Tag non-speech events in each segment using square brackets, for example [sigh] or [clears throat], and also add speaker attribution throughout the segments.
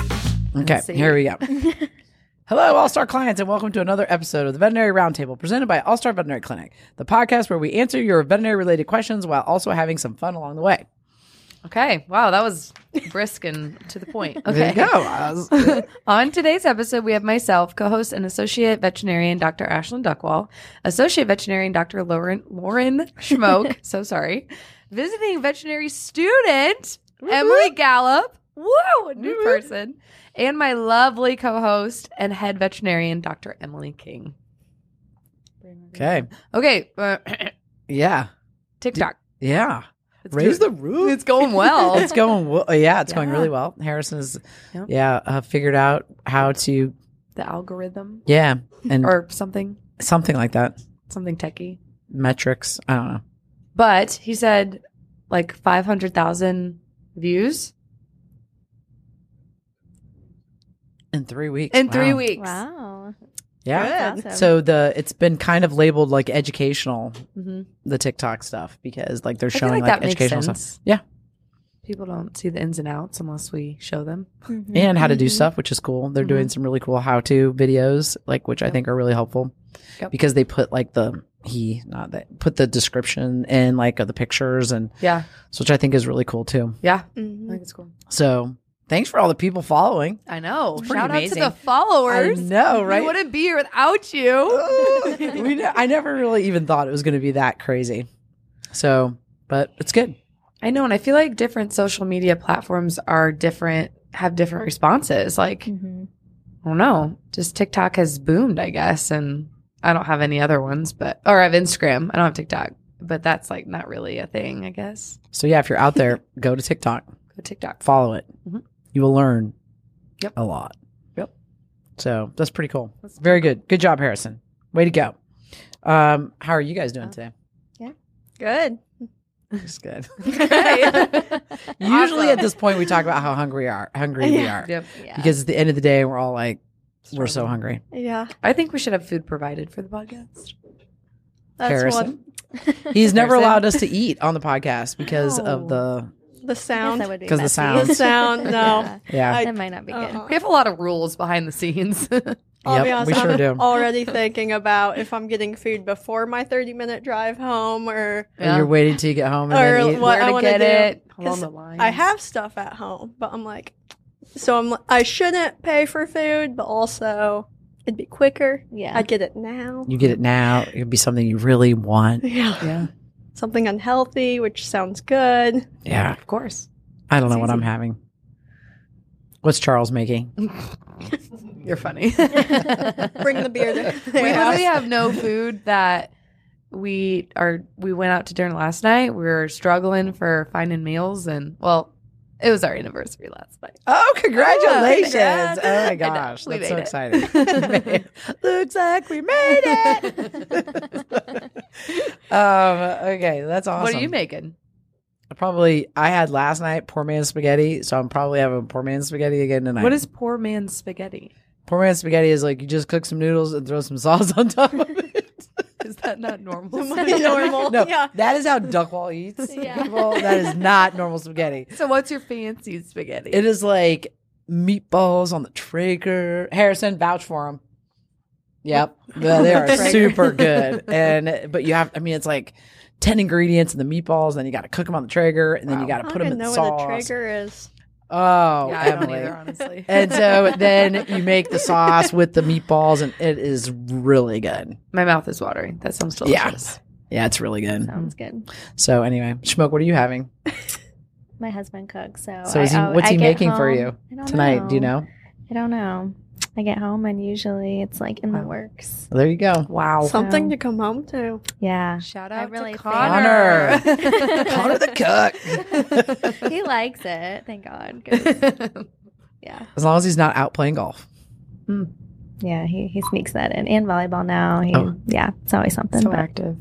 Speaker 1: want
Speaker 2: Okay,
Speaker 1: to see.
Speaker 2: here we
Speaker 1: [laughs]
Speaker 2: go. Hello, All Star clients, and welcome to another episode of the Veterinary Roundtable presented by All Star Veterinary Clinic, the podcast where we answer your veterinary related questions while also having some fun along the way.
Speaker 1: Okay. Wow, that was brisk and to
Speaker 2: [laughs]
Speaker 1: the point.
Speaker 2: There
Speaker 1: Okay.
Speaker 2: you go. I was-
Speaker 1: [laughs] On today's episode, we have myself, co-host and associate veterinarian Dr. Ashlyn Duckwall, associate veterinarian Dr. Lauren Lauren
Speaker 2: [laughs]
Speaker 1: Schmoke. so sorry, visiting veterinary student Emily Gallup. Whoa, a new person, and my lovely co-host and head veterinarian Dr. Emily King.
Speaker 2: okay.
Speaker 1: Okay, uh, [clears throat]
Speaker 2: Yeah.
Speaker 1: TikTok.
Speaker 2: Yeah.
Speaker 1: It's
Speaker 2: Raise
Speaker 1: good.
Speaker 2: the roof.
Speaker 1: It's going
Speaker 2: [laughs]
Speaker 1: well.
Speaker 2: It's going well. Yeah, it's going
Speaker 1: Yeah.
Speaker 2: really well. Harrison is,
Speaker 1: Yep.
Speaker 2: yeah, uh, figured out how to,
Speaker 1: the algorithm
Speaker 2: yeah, and
Speaker 1: or something,
Speaker 2: something like that.
Speaker 1: something techie.
Speaker 2: Metrics. I don't know.
Speaker 1: But he said like 500,000 views
Speaker 2: In three weeks.
Speaker 1: in three
Speaker 2: Wow.
Speaker 1: weeks.
Speaker 3: Wow.
Speaker 2: Yeah.
Speaker 3: That's awesome.
Speaker 2: So the it's been kind of labeled like educational
Speaker 1: hmm
Speaker 2: the TikTok stuff because like they're
Speaker 1: I feel
Speaker 2: showing
Speaker 1: like,
Speaker 2: like,
Speaker 1: that makes
Speaker 2: educational
Speaker 1: sense.
Speaker 2: stuff Yeah.
Speaker 1: People don't see the ins and outs unless we show them.
Speaker 3: Mm-hmm.
Speaker 2: and how to
Speaker 1: Mm-hmm.
Speaker 2: do stuff, which is cool. They're doing some really cool how to videos, like which I
Speaker 1: Yep.
Speaker 2: think are really helpful
Speaker 1: Yep.
Speaker 2: because they put like the he not that put the description and like of the pictures and
Speaker 1: Yeah.
Speaker 2: so which I think is really cool too.
Speaker 1: Yeah. I
Speaker 3: Mhm.
Speaker 1: think it's cool.
Speaker 2: So thanks for all the people following.
Speaker 1: I know.
Speaker 2: It's pretty
Speaker 1: Shout
Speaker 2: amazing.
Speaker 1: out to the followers.
Speaker 2: I know, right?
Speaker 1: We wouldn't be here without you.
Speaker 2: [laughs]
Speaker 1: [laughs]
Speaker 2: we ne- I never really even thought it was going to be that crazy. So, but it's good.
Speaker 1: I know. And I feel like different social media platforms are different, have different responses. Like,
Speaker 3: Mhm.
Speaker 1: I don't know. Just TikTok has boomed, I guess, and I don't have any other ones, but or I have Instagram. I don't have TikTok, but that's like not really a thing, I guess.
Speaker 2: So yeah, if you're out there, go to TikTok. [laughs]
Speaker 1: Go [laughs] TikTok.
Speaker 2: follow it.
Speaker 1: Mhm.
Speaker 2: You will learn
Speaker 1: Yep.
Speaker 2: a lot.
Speaker 1: Yep.
Speaker 2: So that's pretty cool.
Speaker 1: That's
Speaker 2: Very good. Good job, Harrison. Way to go. Um, how are you guys doing today? [laughs]
Speaker 3: Good.
Speaker 2: It's good.
Speaker 3: [laughs]
Speaker 1: Okay.
Speaker 2: Usually at
Speaker 1: Awesome.
Speaker 2: this point we talk about how hungry are hungry we
Speaker 3: Yeah.
Speaker 2: are.
Speaker 1: Yep.
Speaker 3: Yeah.
Speaker 2: Because at the end of the day we're all like, we're so hungry.
Speaker 3: yeah.
Speaker 1: I think we should have food provided for the podcast.
Speaker 3: That's
Speaker 2: Harrison.
Speaker 3: [laughs] what
Speaker 2: He's never
Speaker 1: Harrison.
Speaker 2: allowed us to eat on the podcast because of
Speaker 1: No.
Speaker 2: the
Speaker 4: The sound.
Speaker 3: would be
Speaker 2: 'Cause the
Speaker 3: messy.
Speaker 2: sound.
Speaker 4: The
Speaker 3: [laughs]
Speaker 4: sound. No.
Speaker 3: Yeah.
Speaker 2: yeah.
Speaker 3: That might not be [laughs] good.
Speaker 4: Uh-uh.
Speaker 1: We have a lot of rules behind the [laughs] scenes.
Speaker 4: I'll be
Speaker 2: Yep,
Speaker 4: honest,
Speaker 2: we sure
Speaker 4: I'm
Speaker 2: do.
Speaker 4: already thinking about if I'm getting food before my 30 minute drive home or
Speaker 2: And you're waiting till you get home and
Speaker 4: Or
Speaker 2: then eat.
Speaker 4: what
Speaker 1: Where
Speaker 4: I
Speaker 1: to
Speaker 4: wanna
Speaker 1: get
Speaker 4: do,
Speaker 1: it? How
Speaker 4: 'cause
Speaker 1: long the line?
Speaker 4: I have stuff at home, but I'm like, so I'm I shouldn't pay for food, but also it'd be quicker.
Speaker 3: Yeah.
Speaker 4: I get it now.
Speaker 2: you get it now. It'd be something you really want.
Speaker 4: [laughs] Yeah.
Speaker 1: Yeah.
Speaker 4: Something unhealthy, which sounds good.
Speaker 2: Yeah.
Speaker 1: Of course.
Speaker 2: I don't know
Speaker 1: It's
Speaker 2: what I'm
Speaker 1: easy.
Speaker 2: having. What's Charles making?
Speaker 1: You're funny. [laughs]
Speaker 2: [laughs]
Speaker 3: [laughs]
Speaker 4: Bring the beer. there.
Speaker 1: we literally have no food that we are we went out to dinner last night we were struggling for finding meals and well it was our anniversary last night [laughs]
Speaker 2: Oh, congratulations.
Speaker 1: Yeah.
Speaker 2: Oh my
Speaker 1: I know.
Speaker 2: gosh.
Speaker 1: We
Speaker 2: That's so
Speaker 1: made it.
Speaker 2: exciting.
Speaker 1: [laughs]
Speaker 2: [laughs] Looks like we made it. [laughs] um, okay, that's awesome.
Speaker 1: what are you making
Speaker 2: Probably I had last night poor man's spaghetti, so I'm probably having poor man's spaghetti again tonight.
Speaker 1: what is poor man's spaghetti
Speaker 2: poor man's spaghetti is like you just cook some noodles and throw some [laughs] sauce on top of it.
Speaker 1: [laughs] is that
Speaker 2: [laughs]
Speaker 1: not [laughs] normal [laughs]
Speaker 4: normal.
Speaker 2: no,
Speaker 4: Yeah.
Speaker 2: that is how Duckwall eats.
Speaker 3: Yeah.
Speaker 2: People, that is not normal spaghetti.
Speaker 1: so what's your fancy spaghetti
Speaker 2: It is like meatballs on the Traeger. Harrison, vouch for them.
Speaker 1: [laughs]
Speaker 2: Yep, Yeah, they are
Speaker 1: Traeger.
Speaker 2: super good. And but you have, I mean, it's like ten ingredients in the meatballs. Then you got to cook them on the Traeger, and then you got
Speaker 1: Wow.
Speaker 4: I
Speaker 2: to
Speaker 4: don't
Speaker 2: put them
Speaker 4: even
Speaker 2: in
Speaker 4: know
Speaker 2: sauce.
Speaker 4: what the trigger is.
Speaker 2: Oh,
Speaker 1: yeah i don't
Speaker 2: Emily.
Speaker 1: either honestly
Speaker 2: [laughs] and
Speaker 1: [laughs]
Speaker 2: so then you make the sauce with the meatballs, and it is really good.
Speaker 1: my mouth is watering that sounds
Speaker 2: Yeah.
Speaker 1: delicious
Speaker 2: Yeah, it's really good.
Speaker 3: Sounds good.
Speaker 2: So anyway, Schmoke, what are you having?
Speaker 3: My husband cooks, so
Speaker 2: So
Speaker 3: I
Speaker 2: is he,
Speaker 3: al-
Speaker 2: what's
Speaker 3: I
Speaker 2: he
Speaker 3: get
Speaker 2: making for
Speaker 3: home-
Speaker 2: you
Speaker 3: I don't
Speaker 2: tonight? Do you know?
Speaker 3: I don't know. I get home and usually it's like in the
Speaker 1: Wow.
Speaker 3: works.
Speaker 2: There you go.
Speaker 1: wow
Speaker 4: Something to come home to.
Speaker 3: Yeah,
Speaker 1: shout
Speaker 3: I
Speaker 1: out
Speaker 3: really
Speaker 1: to
Speaker 3: think-
Speaker 1: connor [laughs]
Speaker 2: Connor the cook.
Speaker 3: [laughs] he likes it. Thank God.
Speaker 2: [laughs]
Speaker 3: 'cause-
Speaker 1: [laughs]
Speaker 3: Yeah,
Speaker 2: As long as he's not out playing golf.
Speaker 3: yeah. He, he sneaks that in and volleyball now. He,
Speaker 2: Oh. um,
Speaker 3: Yeah, it's always something.
Speaker 1: so
Speaker 3: but-
Speaker 1: active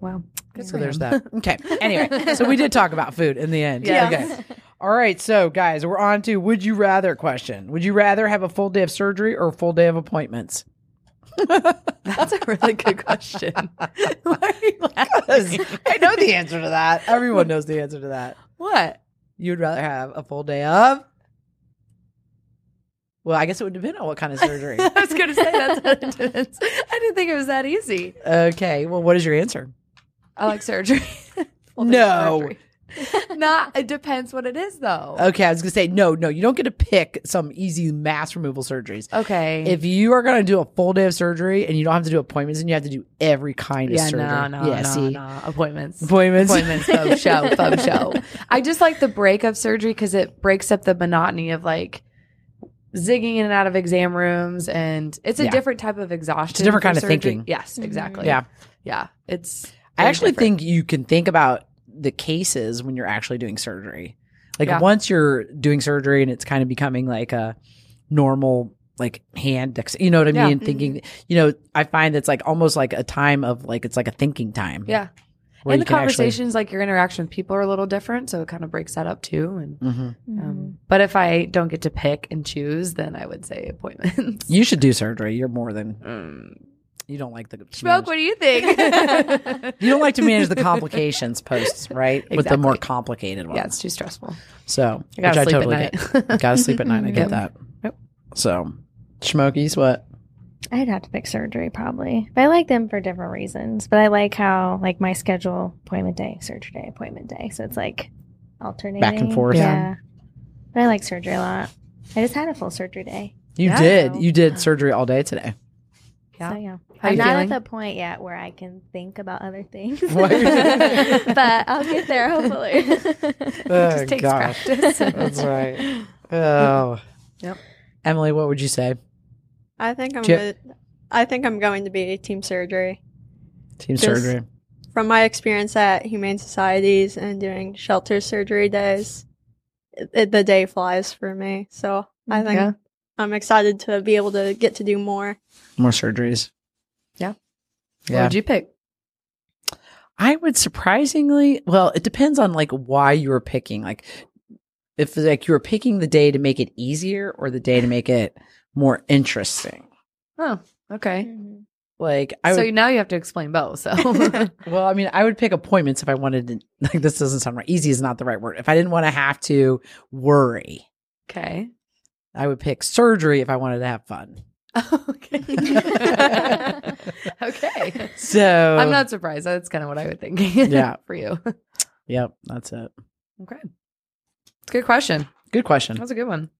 Speaker 1: wow
Speaker 3: Good
Speaker 2: So
Speaker 3: for
Speaker 2: there's [laughs]
Speaker 3: [laughs]
Speaker 2: that. Okay. Anyway, so we did talk about food in the end.
Speaker 1: Yeah.
Speaker 2: Okay. All right. So, guys, we're on to would you rather question. Would you rather have a full day of surgery or a full day of appointments?
Speaker 3: [laughs]
Speaker 1: That's a really
Speaker 2: [laughs]
Speaker 1: good question. Why are you [laughs] laughing?
Speaker 2: I know
Speaker 3: [laughs]
Speaker 2: the answer to that. Everyone knows the answer to that.
Speaker 1: What?
Speaker 2: You'd rather have a full day of Well, I guess it would depend on what kind of
Speaker 3: [laughs]
Speaker 2: surgery.
Speaker 1: I was going to say that's what it is. I didn't think it was that easy.
Speaker 2: okay. Well, what is your answer?
Speaker 1: I like surgery. [laughs] Full-face
Speaker 2: No.
Speaker 1: surgery. Not. It depends what it is though.
Speaker 2: Okay, I was gonna say no, no. You don't get to pick some easy mass removal surgeries.
Speaker 1: Okay.
Speaker 2: If you are gonna do a full day of surgery and you don't have to do appointments and you have to do every kind of
Speaker 1: yeah,
Speaker 2: surgery,
Speaker 1: no, no,
Speaker 2: yeah,
Speaker 1: no,
Speaker 2: see,
Speaker 1: no. Appointments.
Speaker 2: appointments. [laughs]
Speaker 1: Appointments, faux show, faux show. I just like the break of surgery because it breaks up the monotony of like zigging in and out of exam rooms, and it's a
Speaker 2: Yeah.
Speaker 1: different type of exhaustion.
Speaker 2: different
Speaker 1: for
Speaker 2: kind of
Speaker 1: surgery.
Speaker 2: thinking. Mm-hmm.
Speaker 1: Yes,
Speaker 4: Mhm.
Speaker 1: exactly.
Speaker 2: Yeah.
Speaker 1: yeah. It's.
Speaker 2: I
Speaker 1: very
Speaker 2: actually
Speaker 1: different.
Speaker 2: think you can think about the cases when you're actually doing surgery. Like
Speaker 1: Yeah.
Speaker 2: once you're doing surgery and it's kind of becoming like a normal like hand, dex- you know what I
Speaker 1: Yeah. Mm-hmm.
Speaker 2: mean? Thinking, you know, I find it's like almost like a time of like it's like a thinking time.
Speaker 1: Yeah.
Speaker 2: where
Speaker 1: and
Speaker 2: you
Speaker 1: the
Speaker 2: can actually-
Speaker 1: conversations, like your interaction with people, are a little different, so it kind of breaks that up too. And
Speaker 2: Mhm.
Speaker 3: Mm-hmm.
Speaker 1: um, but if I don't get to pick and choose, then I would say appointments.
Speaker 2: You should do surgery. You're more than
Speaker 1: [laughs] Mm.
Speaker 2: you don't like the to
Speaker 1: Smoke.
Speaker 2: manage-
Speaker 1: What do you [laughs] think?
Speaker 2: You don't like to manage
Speaker 1: [laughs]
Speaker 2: the complications posts, right? With the more
Speaker 1: Exactly.
Speaker 2: complicated ones.
Speaker 1: yeah, it's too stressful.
Speaker 2: So
Speaker 1: I gotta
Speaker 2: which
Speaker 1: sleep
Speaker 2: I totally
Speaker 1: at
Speaker 2: get.
Speaker 1: night.
Speaker 2: gotta sleep at night. I get
Speaker 1: Yep.
Speaker 2: that.
Speaker 1: Yep.
Speaker 2: So, Schmokies, what?
Speaker 3: I'd have to pick surgery probably, but I like them for different reasons. But I like how like my schedule appointment day, surgery day, appointment day. So it's like alternating
Speaker 2: forth.
Speaker 3: Yeah.
Speaker 1: Yeah.
Speaker 3: But I like surgery a lot. I just had a full surgery day.
Speaker 2: You
Speaker 1: Yeah.
Speaker 2: did. You did surgery all day today.
Speaker 1: Yeah.
Speaker 3: So yeah.
Speaker 1: [laughs] How
Speaker 3: I'm
Speaker 1: you
Speaker 3: not
Speaker 1: feeling?
Speaker 3: at the point yet where I can think about other things.
Speaker 2: [laughs] What?
Speaker 3: [laughs] but I'll get there [laughs] hopefully.
Speaker 2: Oh,
Speaker 1: just takes
Speaker 2: gosh. [laughs]
Speaker 1: practice.
Speaker 2: That's
Speaker 3: [laughs]
Speaker 2: right. Oh.
Speaker 1: Yep.
Speaker 2: Emily, what would you say?
Speaker 4: I think I'm.
Speaker 2: Ju-
Speaker 4: Go- I think I'm going to be team surgery.
Speaker 2: Team
Speaker 4: Just-
Speaker 2: surgery.
Speaker 4: From my experience at humane societies and doing shelter surgery days, it, it- the day flies for me. So I
Speaker 1: Mm,
Speaker 4: think
Speaker 1: Yeah.
Speaker 4: I'm excited to be able to get to do more.
Speaker 2: More surgeries.
Speaker 1: Yeah. What
Speaker 2: Yeah.
Speaker 1: would you pick?
Speaker 2: I would surprisingly, well, it depends on like why you were picking. Like if like you were picking the day to make it easier or the day to make it more interesting.
Speaker 1: Oh, okay.
Speaker 3: Mhm.
Speaker 2: Like I
Speaker 1: so
Speaker 2: would
Speaker 1: now you have to explain
Speaker 2: [laughs]
Speaker 1: both. So yeah,
Speaker 2: Well, I mean, I would pick appointments if I wanted to. [laughs] Like, this doesn't sound right. Easy is not the right word. If I didn't want to have to worry,
Speaker 1: okay.
Speaker 2: I would pick surgery if I wanted to have fun.
Speaker 1: Okay. [laughs] okay.
Speaker 2: So
Speaker 1: I'm not surprised. That's kind of what I would think. [laughs]
Speaker 2: Yeah.
Speaker 1: For you.
Speaker 2: Yep, that's it.
Speaker 1: Okay. It's a good question.
Speaker 2: Good question. [laughs]
Speaker 1: That's a good one.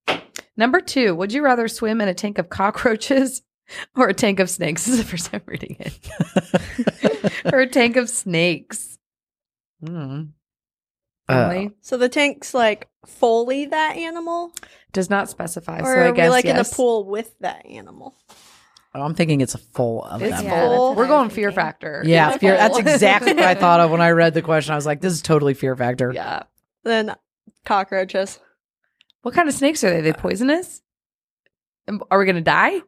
Speaker 1: Number two, would you rather swim in a tank of cockroaches [laughs] or a tank of snakes? [laughs] This is the first time reading it. [laughs] or a tank of snakes.
Speaker 2: Hmm.
Speaker 1: Mm.
Speaker 2: Uh,
Speaker 1: Emily?
Speaker 4: So the tank's like fully that animal,
Speaker 1: Does not specify.
Speaker 4: or
Speaker 1: so I
Speaker 4: are
Speaker 1: guess
Speaker 4: we like in
Speaker 1: yes.
Speaker 4: a pool with that animal?
Speaker 2: Oh, I'm thinking it's a full of
Speaker 1: It's
Speaker 2: them.
Speaker 3: Yeah, that's
Speaker 4: full.
Speaker 3: what
Speaker 1: We're
Speaker 3: I
Speaker 1: going
Speaker 3: was
Speaker 1: fear
Speaker 3: thinking.
Speaker 1: factor.
Speaker 2: Yeah,
Speaker 4: Yeah,
Speaker 2: fear.
Speaker 4: full.
Speaker 1: [laughs]
Speaker 2: That's exactly what I thought of when I read the question. I was like, this is totally fear factor.
Speaker 1: Yeah.
Speaker 4: Then cockroaches.
Speaker 1: What kind of snakes are they?
Speaker 2: Uh,
Speaker 1: they poisonous? Am- Are we gonna die?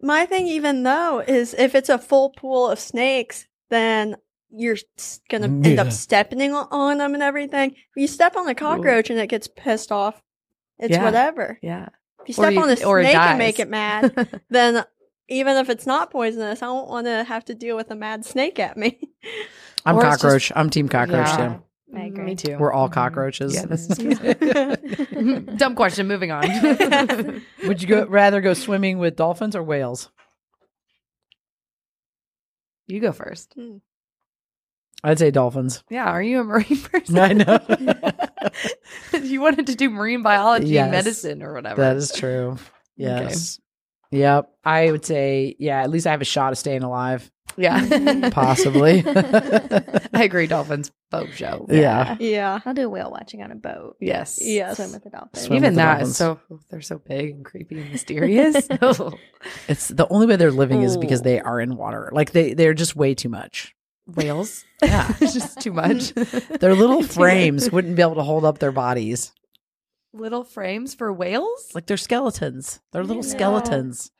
Speaker 4: My thing, even though, is if it's a full pool of snakes, then you're s- gonna end
Speaker 2: Yeah.
Speaker 4: up stepping on- on them and everything. If you step on a cockroach and it gets pissed off, it's
Speaker 1: Yeah.
Speaker 4: whatever.
Speaker 1: [laughs] Yeah.
Speaker 4: If you
Speaker 1: Or
Speaker 4: step
Speaker 1: you-
Speaker 4: on a
Speaker 1: or it
Speaker 4: snake and make
Speaker 1: dies. [laughs]
Speaker 4: it mad, then even if it's not poisonous, I don't want to have to deal with a mad snake at me. [laughs]
Speaker 2: I'm
Speaker 1: Or it's just-
Speaker 2: cockroach. I'm team cockroach,
Speaker 1: Yeah.
Speaker 2: too.
Speaker 3: I agree.
Speaker 1: Me too. Mm-hmm.
Speaker 2: We're all cockroaches.
Speaker 1: Yeah,
Speaker 2: [laughs]
Speaker 1: this [laughs]
Speaker 3: Mm-hmm.
Speaker 1: Dumb question. Moving on.
Speaker 2: Would you go, rather go swimming with dolphins or whales?
Speaker 1: [laughs] you go first.
Speaker 2: I'd say dolphins.
Speaker 1: Yeah. Are you a marine [laughs] person?
Speaker 2: I know.
Speaker 1: [laughs] you wanted to do marine biology,
Speaker 2: Yes.
Speaker 1: medicine, or whatever.
Speaker 2: That is
Speaker 1: [laughs]
Speaker 2: true. Yes. Yep. I would say, yeah, at least I have a shot of staying alive, [laughs]
Speaker 1: Yeah.
Speaker 2: possibly.
Speaker 1: [laughs] I agree. Dolphins. Boat show.
Speaker 2: Yeah.
Speaker 4: Yeah.
Speaker 3: I'll do whale watching on a boat.
Speaker 1: Yes.
Speaker 4: Yes.
Speaker 3: Swim with the dolphins.
Speaker 2: Swim
Speaker 1: Even
Speaker 2: with the
Speaker 1: that is
Speaker 2: dolphins.
Speaker 1: so they're so big and creepy and
Speaker 2: [laughs]
Speaker 1: mysterious. [laughs]
Speaker 2: it's the only way they're living is because
Speaker 1: Ooh.
Speaker 2: they are in water. Like they, they're just way too much.
Speaker 1: Whales.
Speaker 2: Yeah.
Speaker 1: [laughs] it's just
Speaker 2: [laughs]
Speaker 1: too much. [laughs]
Speaker 2: Their little frames wouldn't be able to hold up their bodies.
Speaker 1: little frames for whales.
Speaker 2: Like they're skeletons. Their little
Speaker 3: Yeah.
Speaker 2: skeletons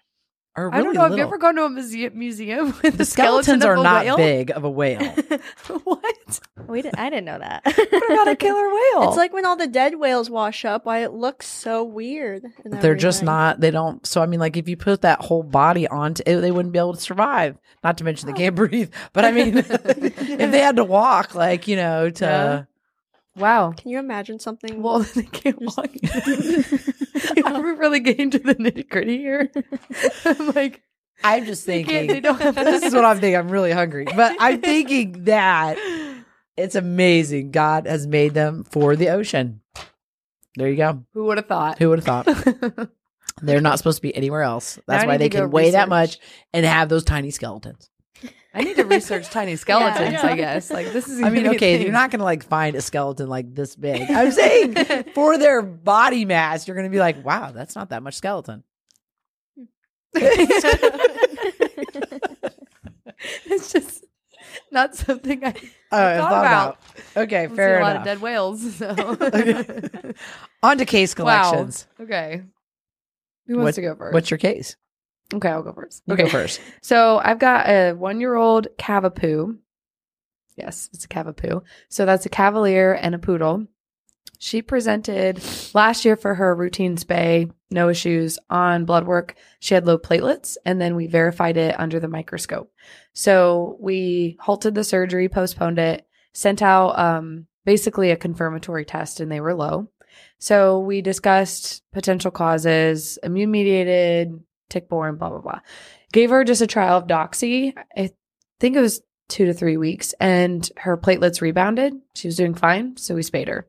Speaker 2: are really
Speaker 1: I don't know. Have you
Speaker 2: little.
Speaker 1: ever gone to a muse- museum [laughs] with
Speaker 2: the
Speaker 1: a skeleton
Speaker 2: skeletons
Speaker 1: of
Speaker 2: are
Speaker 1: a
Speaker 2: not
Speaker 1: whale?
Speaker 2: big of a whale.
Speaker 1: [laughs] what?
Speaker 3: We did, I didn't know that.
Speaker 1: What about
Speaker 2: [laughs]
Speaker 1: a
Speaker 3: [laughs]
Speaker 1: killer whale?
Speaker 4: It's like when all the dead whales wash up, why it looks so weird. and
Speaker 2: They're just
Speaker 4: everything.
Speaker 2: not. They don't. So I mean, like if you put that whole body onto, it, they wouldn't be able to survive. Not to [laughs]
Speaker 1: Oh. [laughs]
Speaker 2: mention they can't breathe. But I mean, if they had to walk, like you know, to
Speaker 1: Wow.
Speaker 4: Can you imagine something?
Speaker 1: Well, [laughs] they can't
Speaker 4: Just-
Speaker 2: [laughs]
Speaker 1: walk. We're really getting to the nitty gritty here. [laughs] I'm like,
Speaker 2: I'm just
Speaker 1: they can't- they
Speaker 2: thinking.
Speaker 1: don't have
Speaker 2: this
Speaker 1: [laughs]
Speaker 2: is what I'm thinking. I'm really hungry, but I'm thinking that it's amazing. God has made them for the ocean. There you go.
Speaker 1: Who would have thought? [laughs]
Speaker 2: Who would have thought? They're not supposed to be anywhere else. That's
Speaker 1: I
Speaker 2: why
Speaker 1: need
Speaker 2: they
Speaker 1: to go
Speaker 2: can weigh that much
Speaker 1: research.
Speaker 2: and have those tiny skeletons.
Speaker 1: I need to
Speaker 2: [laughs]
Speaker 1: research tiny skeletons.
Speaker 3: Yeah.
Speaker 1: I guess like this is.
Speaker 2: I mean,
Speaker 1: gonna be a
Speaker 2: okay, you're
Speaker 1: thing.
Speaker 2: not going to like find a skeleton like this big. I'm saying for their body mass, you're going to be like, wow, that's not that much skeleton.
Speaker 1: [laughs] It's just not something I
Speaker 2: Oh, I
Speaker 1: thought
Speaker 2: thought
Speaker 1: about.
Speaker 2: about. Okay,
Speaker 1: I've
Speaker 2: fair
Speaker 1: seen a lot
Speaker 2: enough.
Speaker 1: of dead whales. [laughs] So.
Speaker 2: [laughs] Okay. On to case
Speaker 1: Wow.
Speaker 2: collections.
Speaker 1: [laughs] okay. Who wants
Speaker 2: What-
Speaker 1: to go first?
Speaker 2: What's your case?
Speaker 1: okay, I'll go first.
Speaker 2: You
Speaker 1: okay.
Speaker 2: go first.
Speaker 1: So I've got a one-year-old cavapoo. Yes, it's a cavapoo. So that's a cavalier and a poodle. She presented last year for her routine spay, no issues on blood work. She had low platelets, and then we verified it under the microscope. So we halted the surgery, postponed it, sent out um, basically a confirmatory test, and they were low. So we discussed potential causes, immune mediated, tick borne, blah, blah, blah gave her just a trial of doxy i think it was two to three weeks and her platelets rebounded she was doing fine so we spayed her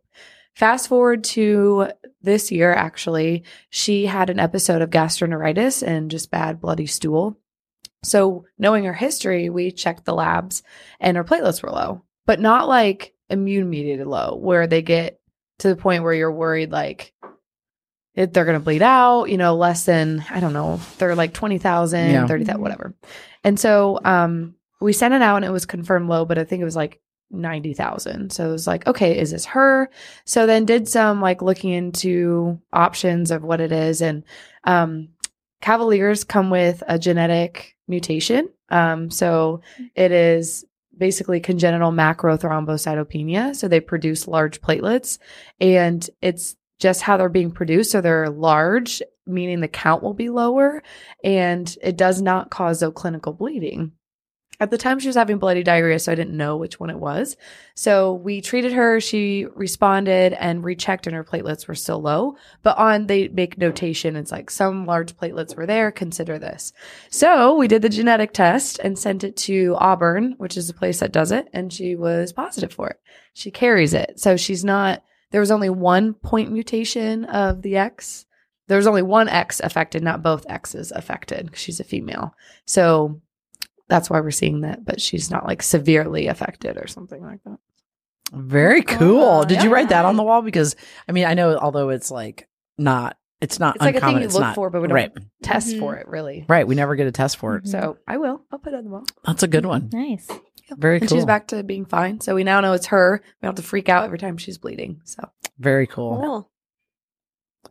Speaker 1: fast forward to this year actually she had an episode of gastroenteritis and just bad bloody stool so knowing her history we checked the labs and her platelets were low but not like immune mediated low where they get to the point where you're worried like it, they're going to bleed out, you know, less than, I don't know, they're like 20,000,
Speaker 2: Yeah.
Speaker 1: 30,000, whatever. And so um, we sent it out and it was confirmed low, but I think it was like 90,000. So it was like, okay, is this her? So then did some like looking into options of what it is. And um, Cavaliers come with a genetic mutation. Um, so it is basically congenital macrothrombocytopenia. So they produce large platelets and it's just how they're being produced. So they're large, meaning the count will be lower, and it does not cause though clinical bleeding. At the time, she was having bloody diarrhea, so I didn't know which one it was. So we treated her. She responded and rechecked, and her platelets were still low. But on they make notation, it's like some large platelets were there. Consider this. So we did the genetic test and sent it to Auburn, which is a place that does it, and she was positive for it. She carries it, so she's not there was only one point mutation of the X. There was only one X affected, not both X's affected. 'cause She's a female. So that's why we're seeing that, but she's not like severely affected or something like that.
Speaker 2: Very cool.
Speaker 3: God.
Speaker 2: Did you write that on
Speaker 3: Yeah.
Speaker 2: the wall? Because I mean, I know although it's like not, it's not
Speaker 1: It's like a
Speaker 2: uncommon.
Speaker 1: thing you
Speaker 2: it's
Speaker 1: look
Speaker 2: not-
Speaker 1: for, but we don't
Speaker 2: right,
Speaker 1: test
Speaker 4: Mhm.
Speaker 1: for it really.
Speaker 2: right. We never get a test
Speaker 1: [laughs]
Speaker 2: for it.
Speaker 3: Mhm.
Speaker 1: So I will. I'll put it on the wall.
Speaker 2: That's a good one.
Speaker 3: nice.
Speaker 2: Very
Speaker 1: Mm-hmm. And
Speaker 2: cool.
Speaker 1: she's back to being fine. So we now know it's her. We don't have to freak out every time she's bleeding. So
Speaker 2: Very cool.
Speaker 4: Cool.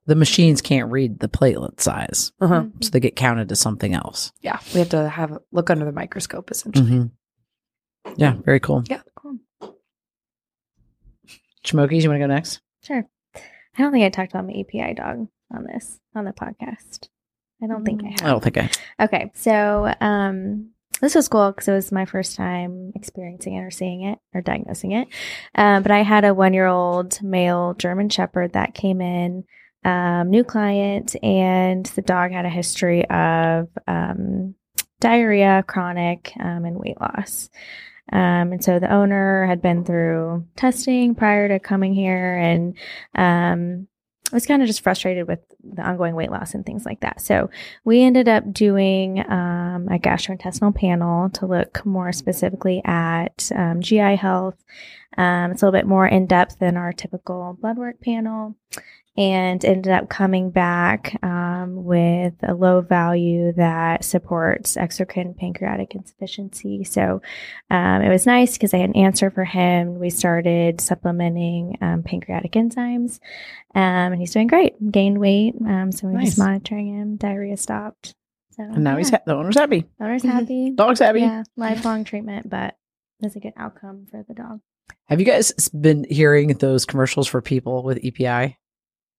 Speaker 2: The machines can't read the platelet size,
Speaker 1: Uh-huh.
Speaker 3: Mm,
Speaker 2: so they get counted as something else.
Speaker 1: yeah, we have to have a look under the microscope essentially.
Speaker 2: hmm Yeah, very cool.
Speaker 1: Mm-hmm. Yeah.
Speaker 2: Schmokies, you want to go next?
Speaker 3: Sure. I don't think I talked about my API dog on this on the podcast. I don't think I
Speaker 1: Mm.
Speaker 3: have.
Speaker 2: I don't think I.
Speaker 3: Okay, so um, this was cool because it was my first time experiencing it or seeing it or diagnosing it. Um, but I had a one-year-old male German Shepherd that came in, um, new client, and the dog had a history of um, diarrhea, chronic, um, and weight loss. Um, and so the owner had been through testing prior to coming here, and um, was kind of just frustrated with the ongoing weight loss and things like that. So we ended up doing um, a gastrointestinal panel to look more specifically at um, GI health. Um, it's a little bit more in depth than our typical blood work panel, and ended up coming back um, with a low value that supports exocrine pancreatic insufficiency. So um, it was nice because I had an answer for him. We started supplementing um, pancreatic enzymes, um, and he's doing great. Gained weight, um, so we're just
Speaker 2: Nice.
Speaker 3: monitoring him. Diarrhea stopped. So
Speaker 2: And now he's ha- the owner's happy.
Speaker 3: yeah. owner's
Speaker 4: Mhm.
Speaker 2: [laughs]
Speaker 3: happy.
Speaker 2: Dog's happy.
Speaker 3: Yeah, lifelong treatment, but it's a good outcome for the dog.
Speaker 2: E Have you guys s- been hearing those commercials for people with EPI?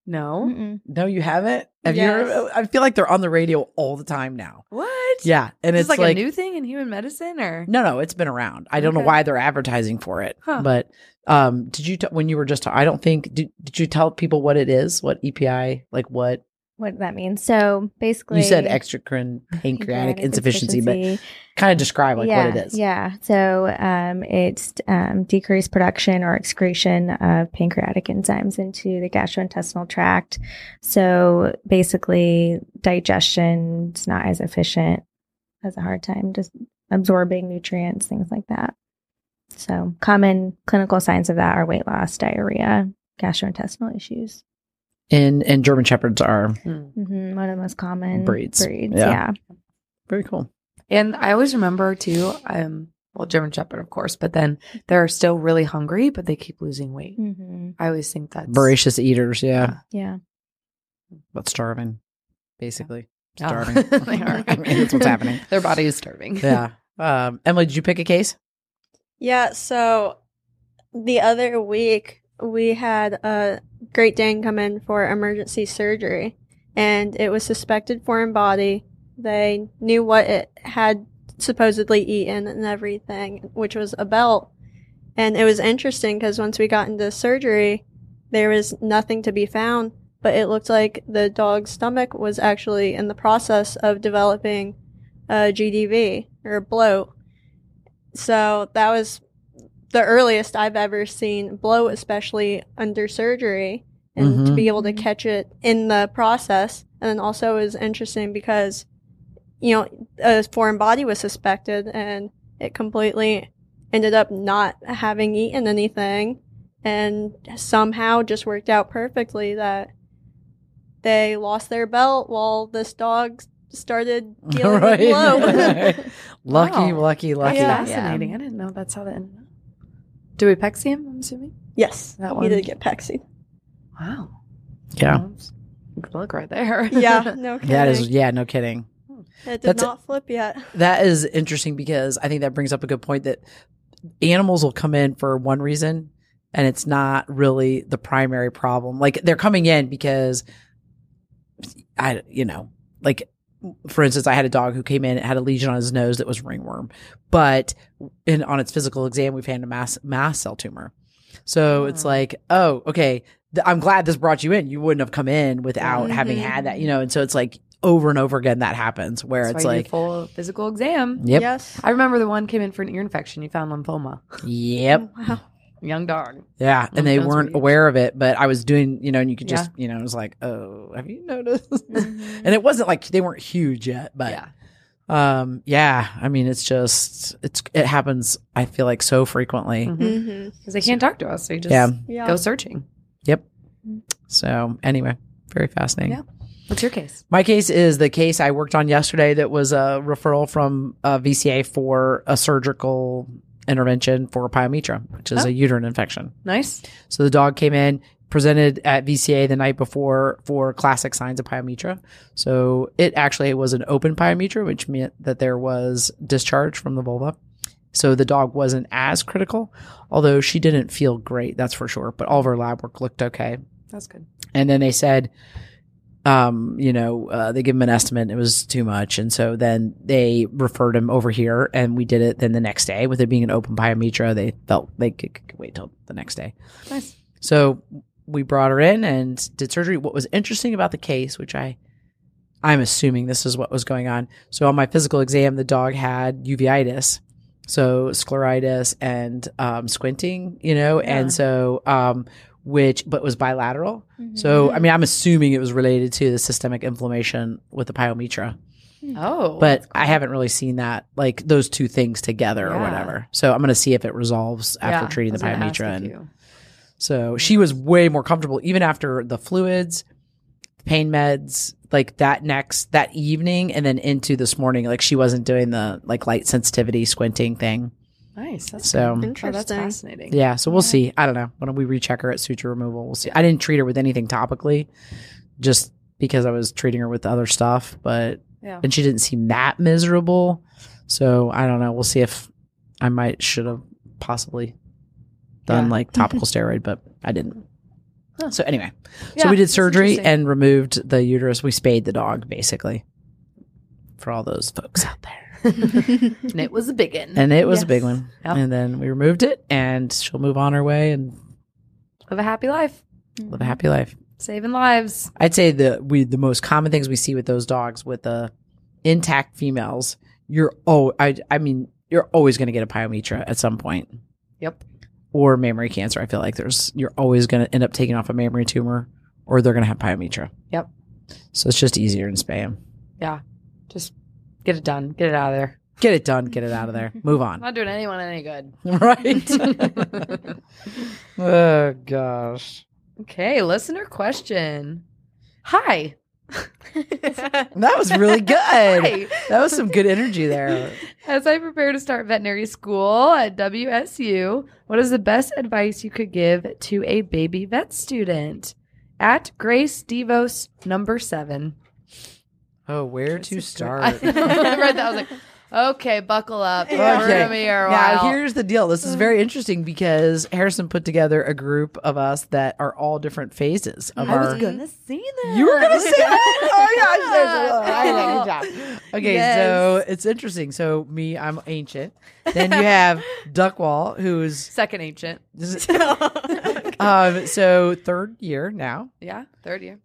Speaker 1: No.
Speaker 3: Mm-mm.
Speaker 2: No, you haven't. Have you?
Speaker 4: Yes.
Speaker 2: Ever, I feel like they're on the radio all the time now.
Speaker 1: What?
Speaker 2: Yeah, and
Speaker 1: Is
Speaker 2: it's
Speaker 1: this like, a new thing in human medicine or?
Speaker 2: no, no, it's been around. I don't know
Speaker 1: Okay.
Speaker 2: why they're advertising for it,
Speaker 1: Huh.
Speaker 2: but um, did you t- when you were just? I don't think did did you tell people what it is? What EPI? Like what
Speaker 3: What that means? So basically,
Speaker 2: you said? Extracrine pancreatic insufficiency, but kind of describe like
Speaker 3: yeah,
Speaker 2: what it is.
Speaker 3: Yeah. So um, it's um, decreased production or excretion of pancreatic enzymes into the gastrointestinal tract. So basically, digestion is not as efficient, has a hard time just absorbing nutrients, things like that. So, common clinical signs of that are weight loss, diarrhea, gastrointestinal issues.
Speaker 2: And and German shepherds are
Speaker 1: Mm-hmm.
Speaker 3: hmm One of the most common
Speaker 2: Breeds.
Speaker 3: breeds
Speaker 2: Yeah.
Speaker 3: yeah.
Speaker 2: very cool.
Speaker 1: And I always remember too, um, well, German Shepherd, of course, but then they're still really hungry, but they keep losing weight.
Speaker 3: hmm
Speaker 1: I always think that's
Speaker 2: Voracious eaters. Yeah,
Speaker 3: Yeah.
Speaker 2: but starving, basically
Speaker 1: Yeah.
Speaker 2: starving.
Speaker 1: Oh. [laughs] They are.
Speaker 2: I mean, that's what's happening.
Speaker 1: [laughs] Their body is starving.
Speaker 2: Yeah. Um, Emily, did you pick a case?
Speaker 4: Yeah, so the other week we had a Great Dane come in for emergency surgery, and it was suspected foreign body. They knew what it had supposedly eaten and everything, which was a belt. And it was interesting because once we got into surgery, there was nothing to be found, but it looked like the dog's stomach was actually in the process of developing a GDV or bloat. So that was the earliest I've ever seen blow, especially under surgery, and to
Speaker 2: Mhm.
Speaker 4: be able to
Speaker 3: Mhm.
Speaker 4: catch it in the process. And then also it was interesting because, you know, a foreign body was suspected and it completely ended up not having eaten anything and somehow just worked out perfectly that they lost their belt while this dog
Speaker 2: [laughs]
Speaker 4: started dealing
Speaker 2: Right.
Speaker 4: with blow.
Speaker 2: [laughs]
Speaker 4: [laughs]
Speaker 2: Lucky,
Speaker 1: Wow.
Speaker 2: lucky,
Speaker 1: That's
Speaker 2: lucky.
Speaker 3: Yeah.
Speaker 1: fascinating. I didn't know that's how that ended up. Do we pexi him, I'm assuming?
Speaker 4: yes,
Speaker 1: That
Speaker 4: he
Speaker 1: one.
Speaker 4: did get pexy.
Speaker 1: Wow.
Speaker 2: Yeah.
Speaker 1: That's a Good luck right there. [laughs]
Speaker 2: [laughs]
Speaker 4: Yeah, no kidding.
Speaker 2: That is, yeah, no kidding.
Speaker 4: it did
Speaker 2: that's-
Speaker 4: not flip yet.
Speaker 2: That is interesting because I think that brings up a good point that animals will come in for one reason and it's not really the primary problem. Like they're coming in because I, you know, like for instance, I had a dog who came in, it had a lesion on his nose that was ringworm, but in, on its physical exam, we found a mass, mass cell tumor. So it's
Speaker 1: Hmm.
Speaker 2: like, oh, okay, th- I'm glad this brought you in. You wouldn't have come in without having
Speaker 4: Mhm.
Speaker 2: had that, you know, and so it's like over and over again that happens where
Speaker 1: Mm-hmm. That's
Speaker 2: it's
Speaker 1: why you do
Speaker 2: like,
Speaker 1: full physical exam.
Speaker 2: Yep.
Speaker 4: Yes.
Speaker 1: I remember the one came in for an ear infection. You found lymphoma. [laughs]
Speaker 2: Yep.
Speaker 4: Wow.
Speaker 1: Young dog.
Speaker 2: Yeah. And they
Speaker 1: Lymph nodes are
Speaker 2: weren't
Speaker 1: huge.
Speaker 2: aware of it, but I was doing, you know, and you could
Speaker 1: Yeah. Mm-hmm.
Speaker 2: just, you know, it was like, oh, have you
Speaker 1: [laughs]
Speaker 2: noticed?
Speaker 3: Mhm.
Speaker 2: and it wasn't like they weren't huge yet, but
Speaker 1: yeah.
Speaker 2: um, yeah. I mean, it's just, it's, it happens, I feel like so frequently.
Speaker 1: Because
Speaker 4: hmm
Speaker 1: Mm-hmm. they can't talk to us. They just
Speaker 2: Yeah.
Speaker 4: Yeah.
Speaker 1: go searching.
Speaker 2: So anyway, very fascinating.
Speaker 1: Mm-hmm. Yeah. What's your case?
Speaker 2: My case is the case I worked on yesterday that was a referral from uh VCA for a surgical intervention for pyometra, which is
Speaker 1: Oh.
Speaker 2: a uterine infection.
Speaker 1: Nice.
Speaker 2: So the dog came in, presented at VCA the night before for classic signs of pyometra. So it actually was an open pyometra, which meant that there was discharge from the vulva. So the dog wasn't as critical, although she didn't feel great, that's for sure. But all of her lab work looked okay.
Speaker 1: That's good.
Speaker 2: And then they said, um, you know, uh, they give him an estimate. It was too much. And so then they referred him over here and we did it then the next day with it being an open pyometra. They felt they could, could wait till the next day.
Speaker 1: Nice.
Speaker 2: So we brought her in and did surgery. What was interesting about the case, which I I'm assuming this is what was going on. So on my physical exam, the dog had uveitis, so scleritis and um, squinting, you know,
Speaker 1: Yeah.
Speaker 2: and so um, which but was bilateral. [laughs] So
Speaker 1: Mm-hmm.
Speaker 2: I mean, I'm assuming it was related to the systemic inflammation with the pyometra,
Speaker 1: Oh.
Speaker 2: but I haven't really seen that like those two things together or
Speaker 1: Yeah.
Speaker 2: whatever. So I'm going to see if it resolves after
Speaker 1: Yeah,
Speaker 2: treating
Speaker 1: I
Speaker 2: the
Speaker 1: was gonna ask
Speaker 2: pyometra
Speaker 1: if
Speaker 2: and
Speaker 1: you- Mm-hmm.
Speaker 2: so she was way more comfortable even after the fluids, pain meds, like that next that evening and then into this morning. Like she wasn't doing the like light sensitivity squinting thing.
Speaker 1: Nice. That's
Speaker 2: So-
Speaker 1: good. Oh, that's
Speaker 4: Interesting.
Speaker 1: fascinating.
Speaker 2: Yeah. So we'll
Speaker 3: Yeah.
Speaker 2: see. I don't know. When we recheck her at suture removal, we'll see. I didn't treat her with anything topically just because I was treating her with other stuff, but
Speaker 1: Yeah.
Speaker 2: and she didn't seem that miserable. So I don't know. We'll see if I might should have possibly done
Speaker 1: Yeah.
Speaker 2: like topical steroid, but I didn't. Huh. So anyway,
Speaker 1: Yeah,
Speaker 2: so we did
Speaker 1: that's
Speaker 2: surgery
Speaker 1: interesting.
Speaker 2: and removed the uterus. We spayed the dog basically for all those folks out there.
Speaker 3: Mm-hmm.
Speaker 1: and it was a big one.
Speaker 2: And it was a big
Speaker 3: Yes.
Speaker 2: one.
Speaker 1: Yep.
Speaker 2: And then we removed it and she'll move on her way and
Speaker 1: Live a happy life,
Speaker 2: live a happy life.
Speaker 1: saving lives.
Speaker 2: I'd say the we the most common things we see with those dogs with the intact females, you're oh I I mean, you're always gonna get a pyometra at some point.
Speaker 1: Yep.
Speaker 2: Or mammary cancer. I feel like there's you're always gonna end up taking off a mammary tumor or they're gonna have pyometra.
Speaker 1: Yep.
Speaker 2: So it's just easier in spay 'em.
Speaker 1: Just get it done. Get it out of there.
Speaker 2: Get it done, get it out of there. Move on. [laughs]
Speaker 1: I'm [laughs] not doing anyone any good.
Speaker 2: right? [laughs] oh gosh.
Speaker 1: [laughs] Okay, listener question. [laughs] Hi.
Speaker 2: That was
Speaker 1: [laughs]
Speaker 2: really good.
Speaker 1: Hi.
Speaker 2: That was some good energy there.
Speaker 1: As I prepare to start veterinary school at WSU, what is the best advice you could give to a baby vet student? At Grace Devos number seven.
Speaker 2: Oh, where
Speaker 1: That's a
Speaker 2: to
Speaker 1: good-
Speaker 2: start?
Speaker 1: [laughs] I, read that. I was like, okay, buckle up.
Speaker 4: Yeah.
Speaker 1: We're
Speaker 2: Okay.
Speaker 1: gonna be here a
Speaker 2: Now,
Speaker 1: while. Mm.
Speaker 2: here's the deal. This is very interesting because Harrison put together a group of us that are all different phases of
Speaker 1: I was
Speaker 2: our.
Speaker 1: gonna say that.
Speaker 2: You were gonna say
Speaker 1: [laughs]
Speaker 2: that? Oh yeah,
Speaker 1: Cool.
Speaker 2: I did. Good job. [laughs] Okay, so it's interesting. So me, I'm ancient. Then you
Speaker 1: [laughs]
Speaker 2: have Duckwall, who's
Speaker 1: Second ancient.
Speaker 2: [laughs] um, so third year now.
Speaker 1: Yeah, third year.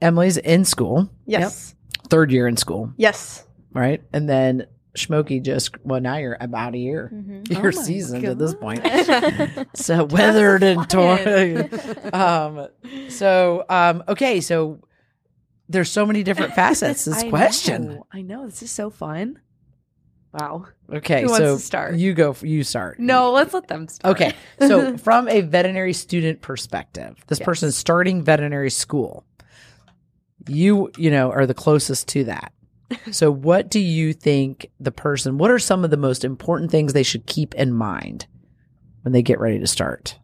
Speaker 2: Emily's in school,
Speaker 4: yes.
Speaker 2: third year in school,
Speaker 4: Yes.
Speaker 2: right? And then Schmokey just well now you're about a year.
Speaker 3: Mhm.
Speaker 2: You're
Speaker 1: Mm-hmm. Oh my
Speaker 2: seasoned at this point.
Speaker 3: [laughs]
Speaker 4: yes.
Speaker 2: so weathered and torn. um,
Speaker 1: [laughs]
Speaker 2: [laughs] so um, okay, so there's so many
Speaker 1: [laughs]
Speaker 2: different facets to this
Speaker 1: I
Speaker 2: question.
Speaker 1: know. I know. This is so fun. Wow.
Speaker 2: Okay,
Speaker 1: Who
Speaker 2: so
Speaker 1: wants to start?
Speaker 2: you go. f- You start.
Speaker 1: No, let's let them start.
Speaker 2: Okay,
Speaker 1: [laughs]
Speaker 2: so from a veterinary student perspective, this
Speaker 1: Yes.
Speaker 2: person's starting veterinary school. You, you know, are the closest to
Speaker 1: [laughs]
Speaker 2: that. So, what do you think the person? What are some of the most important things they should keep in mind when they get ready to start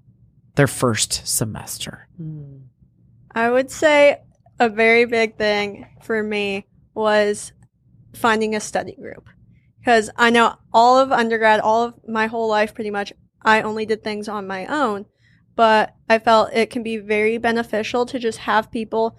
Speaker 2: their first semester?
Speaker 1: Hmm.
Speaker 4: I would say a very big thing for me was finding a study group. Because I know all of undergrad, all of my whole life pretty much, I only did things on my own. But I felt it can be very beneficial to just have people,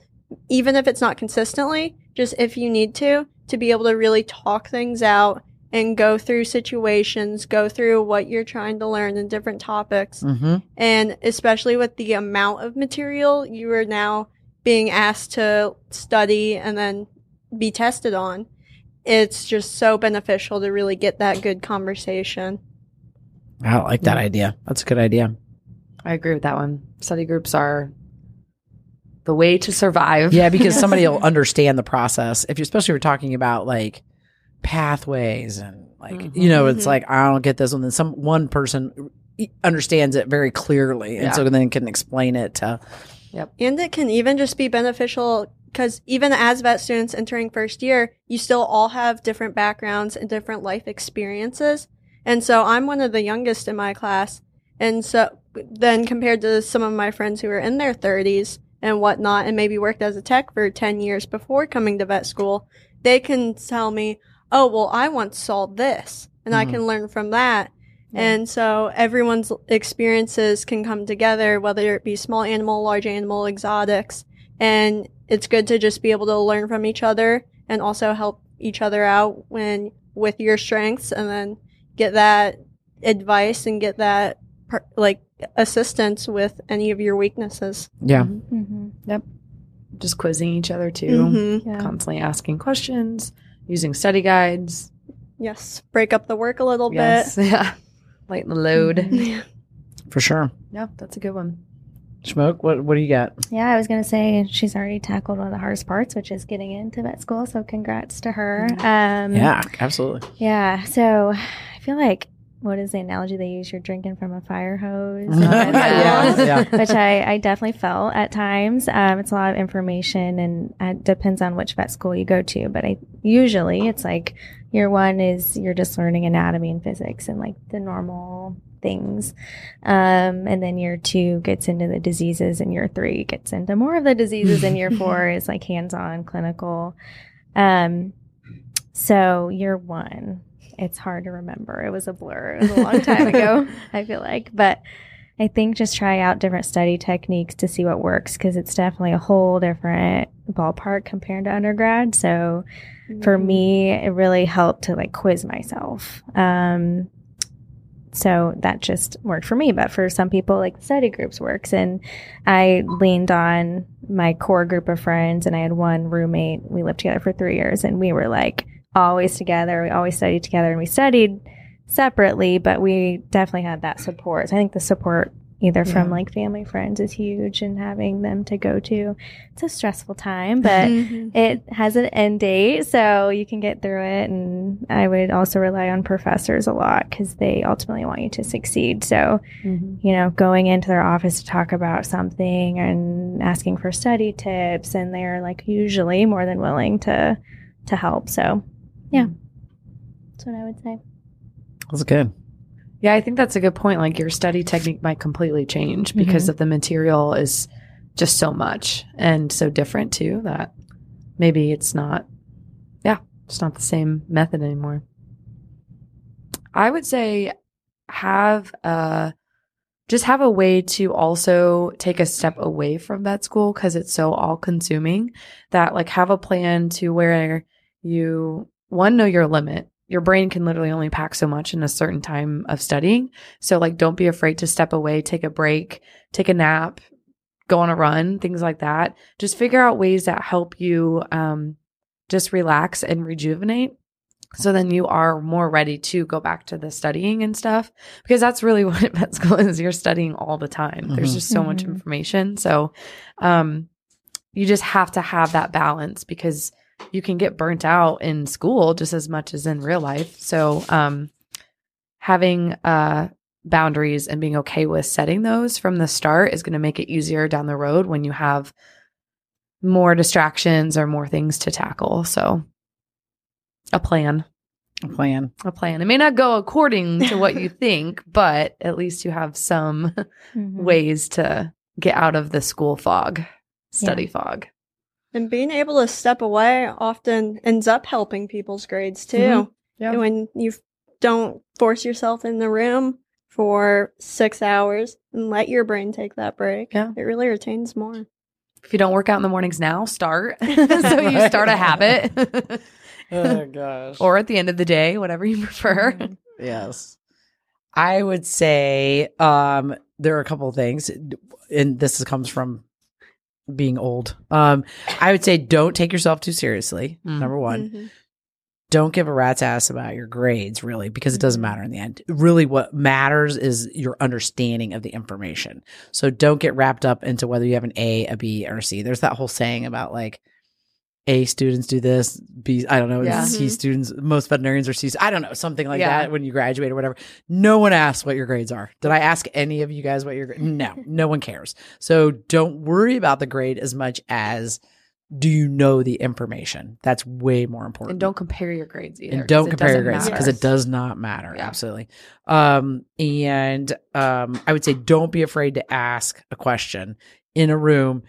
Speaker 4: even if it's not consistently, just if you need to, to be able to really talk things out and go through situations, go through what you're trying to learn in different topics.
Speaker 2: Mm-hmm.
Speaker 4: And especially with the amount of material you are now being asked to study and then be tested on, it's just so beneficial to really get that good conversation.
Speaker 2: I like that idea. That's a good idea.
Speaker 1: I agree with that one. Study groups are the way to survive.
Speaker 2: Yeah, because
Speaker 1: [laughs]
Speaker 2: somebody will understand the process. If you, especially if you're talking about like pathways and like you know, it's
Speaker 4: Mhm.
Speaker 2: like I don't get this one. Then some one person e- understands it very clearly, and
Speaker 1: Yeah.
Speaker 2: so then can explain it to.
Speaker 4: And it can even just be beneficial because even as vet students entering first year, you still all have different backgrounds and different life experiences. And so I'm one of the youngest in my class. And so then compared to some of my friends who are in their 30s and whatnot, and maybe worked as a tech for 10 years before coming to vet school, they can tell me, oh, well, I once saw this and I
Speaker 2: Mhm.
Speaker 4: can learn from that.
Speaker 1: Yeah.
Speaker 4: And so everyone's experiences can come together, whether it be small animal, large animal, exotics. And it's good to just be able to learn from each other and also help each other out when with your strengths and then get that advice and get that per- like assistance with any of your weaknesses.
Speaker 2: Yeah,
Speaker 3: Mhm.
Speaker 1: Mm-hmm. Just quizzing each other too,
Speaker 4: Mhm.
Speaker 3: Yeah.
Speaker 1: constantly asking questions, using study guides.
Speaker 4: Yes, break up the work a little
Speaker 1: Yes. [laughs] Yeah. Lighten the load.
Speaker 3: Mhm.
Speaker 4: [laughs] bit.
Speaker 2: for sure.
Speaker 1: Yeah, that's a good one.
Speaker 2: Smoke. What What do you got?
Speaker 3: Yeah, I was going to say she's already tackled one of the hardest parts, which is getting into vet school. So congrats to her. Um,
Speaker 2: Yeah, absolutely.
Speaker 3: Yeah. So I feel like, what is the analogy they use? You're drinking from a fire hose.
Speaker 1: [laughs]
Speaker 3: or
Speaker 2: Yeah,
Speaker 3: whatever.
Speaker 2: [laughs] yeah.
Speaker 3: Which I, I definitely felt at times. Um, it's a lot of information and it depends on which vet school you go to. But I usually it's like year one is you're just learning anatomy and physics and like the normal things. Um, and then year two gets into the diseases and year three gets into more of the diseases and year four is like hands on clinical. Um, so
Speaker 1: [laughs]
Speaker 3: year [laughs] one, it's hard to remember. It was a blur. It was a long time ago, I feel like. But I think just try out different study techniques to see what works because it's definitely a whole different ballpark compared to undergrad. So for
Speaker 1: Mm-hmm.
Speaker 3: me, it really helped to like quiz myself. Um, so that just worked for me. But for some people, like study groups works. And I leaned on my core group of friends, and I had one roommate. We lived together for three years, and we were like always together. We always studied together, and we studied separately, but we definitely had that support. So I think the support either from
Speaker 2: Yeah.
Speaker 3: like family friends is huge and having them to go to it's a stressful time
Speaker 4: [laughs] Mm-hmm.
Speaker 3: but it has an end date, so you can get through it. And I would also rely on professors a lot because they ultimately want you to succeed. So,
Speaker 1: Mm-hmm.
Speaker 3: you know, going into their office to talk about something and asking for study tips, and they're like usually more than willing to to help. So, yeah, that's what I would say.
Speaker 2: That's good.
Speaker 1: Yeah, I think that's a good point. Like your study technique might completely change because of the material is just so much and so different too that maybe it's not yeah, it's not the same method anymore. I would say have a just have a way to also take a step away from that school because it's so all consuming that like have a plan to where you one know your limit your brain can literally only pack so much in a certain time of studying so like don't be afraid to step away take a break take a nap go on a run things like that just figure out ways that help you um, just relax and rejuvenate so then you are more ready to go back to the studying and stuff because that's really [laughs] what a vet school is you're studying all the time there's
Speaker 2: Mhm.
Speaker 1: just so much
Speaker 3: Mhm.
Speaker 1: information so um, you just have to have that balance because you can get burnt out in school just as much as in real life. So, um, having uh, boundaries and being okay with setting those from the start is going to make it easier down the road when you have more distractions or more things to tackle. So, a plan,
Speaker 2: A plan.
Speaker 1: a plan. It may not go according to what you think, but at least you have some
Speaker 2: Mm-hmm.
Speaker 1: Mm-hmm. ways to get out of the school fog, study fog.
Speaker 4: And being able to step away often ends up helping people's grades too.
Speaker 1: Mhm. Yeah.
Speaker 4: When you f- don't force yourself in the room for six hours and let your brain take that break,
Speaker 1: Yeah.
Speaker 4: it really retains more.
Speaker 1: if you don't work out in the mornings now, start. [laughs] so
Speaker 2: [laughs]
Speaker 1: you start a habit
Speaker 2: Oh gosh.
Speaker 1: or at the end of the day, whatever you prefer.
Speaker 2: Mm-hmm.
Speaker 3: Mhm.
Speaker 2: Yes. I would say um there are a couple of things and this comes from being old. Um I would say don't take yourself too seriously.
Speaker 1: Mm.
Speaker 2: Number
Speaker 4: Mm-hmm.
Speaker 2: 1. Don't give a rat's ass about your grades really because it doesn't matter in the end. Really what matters is your understanding of the information. So don't get wrapped up into whether you have an A, a B or a C. There's that whole saying about like a students do this, B I don't know,
Speaker 1: Yeah.
Speaker 2: C
Speaker 4: Mhm.
Speaker 2: students most veterinarians are C's. I don't know, something like
Speaker 1: Yeah.
Speaker 2: that when you graduate or whatever. No one asks what your grades are. Did I ask any of you guys what your grade?
Speaker 1: [laughs]
Speaker 2: No, no one cares. So don't worry about the grade as much as do you know the information? That's way more important.
Speaker 1: And don't compare your grades either.
Speaker 2: and don't
Speaker 1: 'cause it
Speaker 2: compare your
Speaker 1: doesn't
Speaker 2: grades because
Speaker 1: matter.
Speaker 2: it does not matter.
Speaker 1: Yeah.
Speaker 2: Absolutely. Um, and um, I would say don't be afraid to ask a question in a room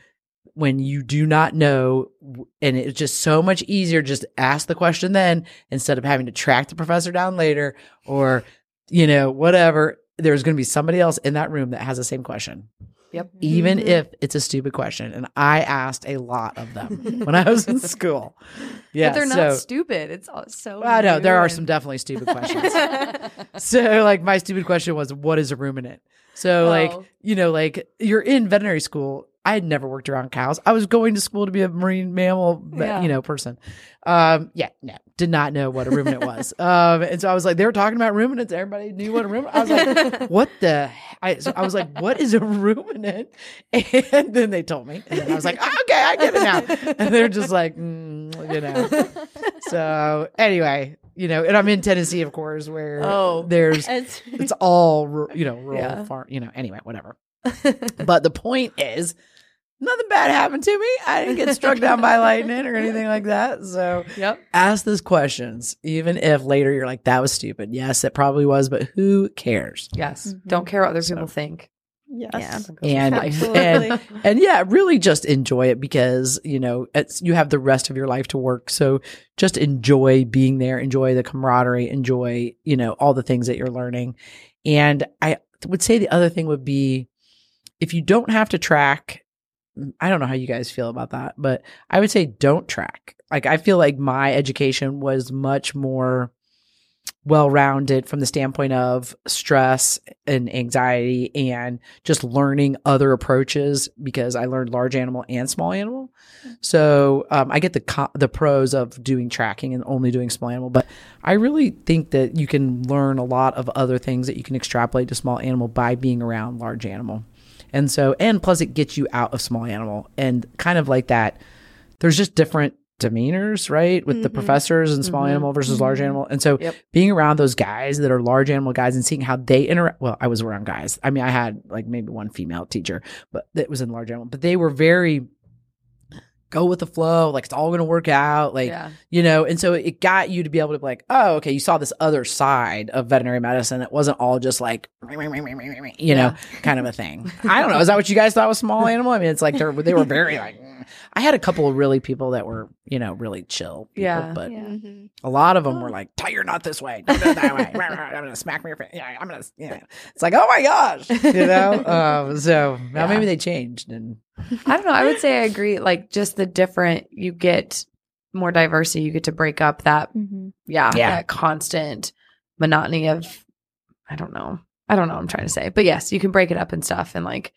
Speaker 2: when you do not know w- and it's just so much easier just to ask the question then instead of having to track the professor down later or you know whatever there's going to be somebody else in that room that has the same question
Speaker 1: Yep.
Speaker 2: even
Speaker 4: Mhm.
Speaker 2: if it's a stupid question and i asked a lot of them
Speaker 1: [laughs]
Speaker 2: when i was in school yeah
Speaker 1: but they're not
Speaker 2: so
Speaker 1: stupid. It's all so.
Speaker 2: Oh, I know there
Speaker 1: new
Speaker 2: are
Speaker 1: and-
Speaker 2: some definitely
Speaker 1: [laughs]
Speaker 2: stupid questions. so like my stupid question was what is a ruminant? So like
Speaker 1: Oh.
Speaker 2: you know like you're in veterinary school. I had never worked around cows. I was going to school to be a marine mammal ma-
Speaker 1: Yeah.
Speaker 2: you know person. Um yeah, no. Did not know what a ruminant
Speaker 1: [laughs]
Speaker 2: was. Um and so I was like they were talking about ruminants. Everybody knew what a ruminant. I was like what the he- I, so I was like what is a ruminant and then they told me and then i was like "Ah, okay i get it now and they're just like mm, you know so anyway you know and i'm in tennessee of course where
Speaker 1: Oh. [laughs]
Speaker 2: there's
Speaker 4: It's, [laughs]
Speaker 2: it's all ru- you know rural
Speaker 1: Yeah.
Speaker 2: farm you know anyway whatever but the point is nothing bad happened to me i didn't get struck down by lightning or anything like that so
Speaker 1: [laughs] Yep.
Speaker 2: ask those questions even if later you're like that was stupid yes it probably was but who cares
Speaker 1: Yes.
Speaker 3: Mhm.
Speaker 1: Don't care what other
Speaker 2: So-
Speaker 1: people think.
Speaker 4: yes.
Speaker 3: Yeah.
Speaker 2: and
Speaker 4: Absolutely.
Speaker 2: and and yeah really just enjoy it because you know it's you have the rest of your life to work so just enjoy being there enjoy the camaraderie enjoy you know all the things that you're learning and i would say the other thing would be if you don't have to track, I don't know how you guys feel about that, but I would say don't track. Like, I feel like my education was much more well rounded from the standpoint of stress and anxiety and just learning other approaches because I learned large animal and small animal. So um, I get the co- the pros of doing tracking and only doing small animal, but I really think that you can learn a lot of other things that you can extrapolate to small animal by being around large animal. And so, and plus it gets you out of small animal and kind of like that. There's just different demeanors, right? With the
Speaker 4: Mhm.
Speaker 2: professors and small
Speaker 1: Mhm.
Speaker 2: animal versus large
Speaker 1: Mhm.
Speaker 2: animal. And so
Speaker 1: Yep.
Speaker 2: being around those guys that are large animal guys and seeing how they interact. Well, I was around guys. I mean, I had like maybe one female teacher, but that was in large animal, but they were very go with the flow. Like it's all going to work out. [laughs] Like,
Speaker 1: yeah.
Speaker 2: you know and so it got you to be able to be like oh okay you saw this other side of veterinary medicine it wasn't all just like you know kind of a
Speaker 1: [laughs]
Speaker 2: thing i don't know is that what you guys thought was small animal i mean it's like they're they were very like
Speaker 1: [laughs]
Speaker 2: mm. i had a couple of really people that were you know really chill people,
Speaker 1: Yeah.
Speaker 2: but
Speaker 3: Yeah.
Speaker 2: a lot of
Speaker 1: Oh.
Speaker 2: them were like tie your knot this way don't do it that way i'm gonna smack me your face yeah i'm gonna yeah it's like oh my gosh you
Speaker 1: [laughs]
Speaker 2: know um so now
Speaker 1: Yeah.
Speaker 2: maybe they changed and
Speaker 1: I don't know. I would say I agree. Like just the different, you get more diversity. You get to break up that,
Speaker 3: hmm
Speaker 1: yeah,
Speaker 2: Yeah.
Speaker 1: that constant monotony of, I don't know. I don't know what I'm trying to say, but yes, you can break it up and stuff. And like,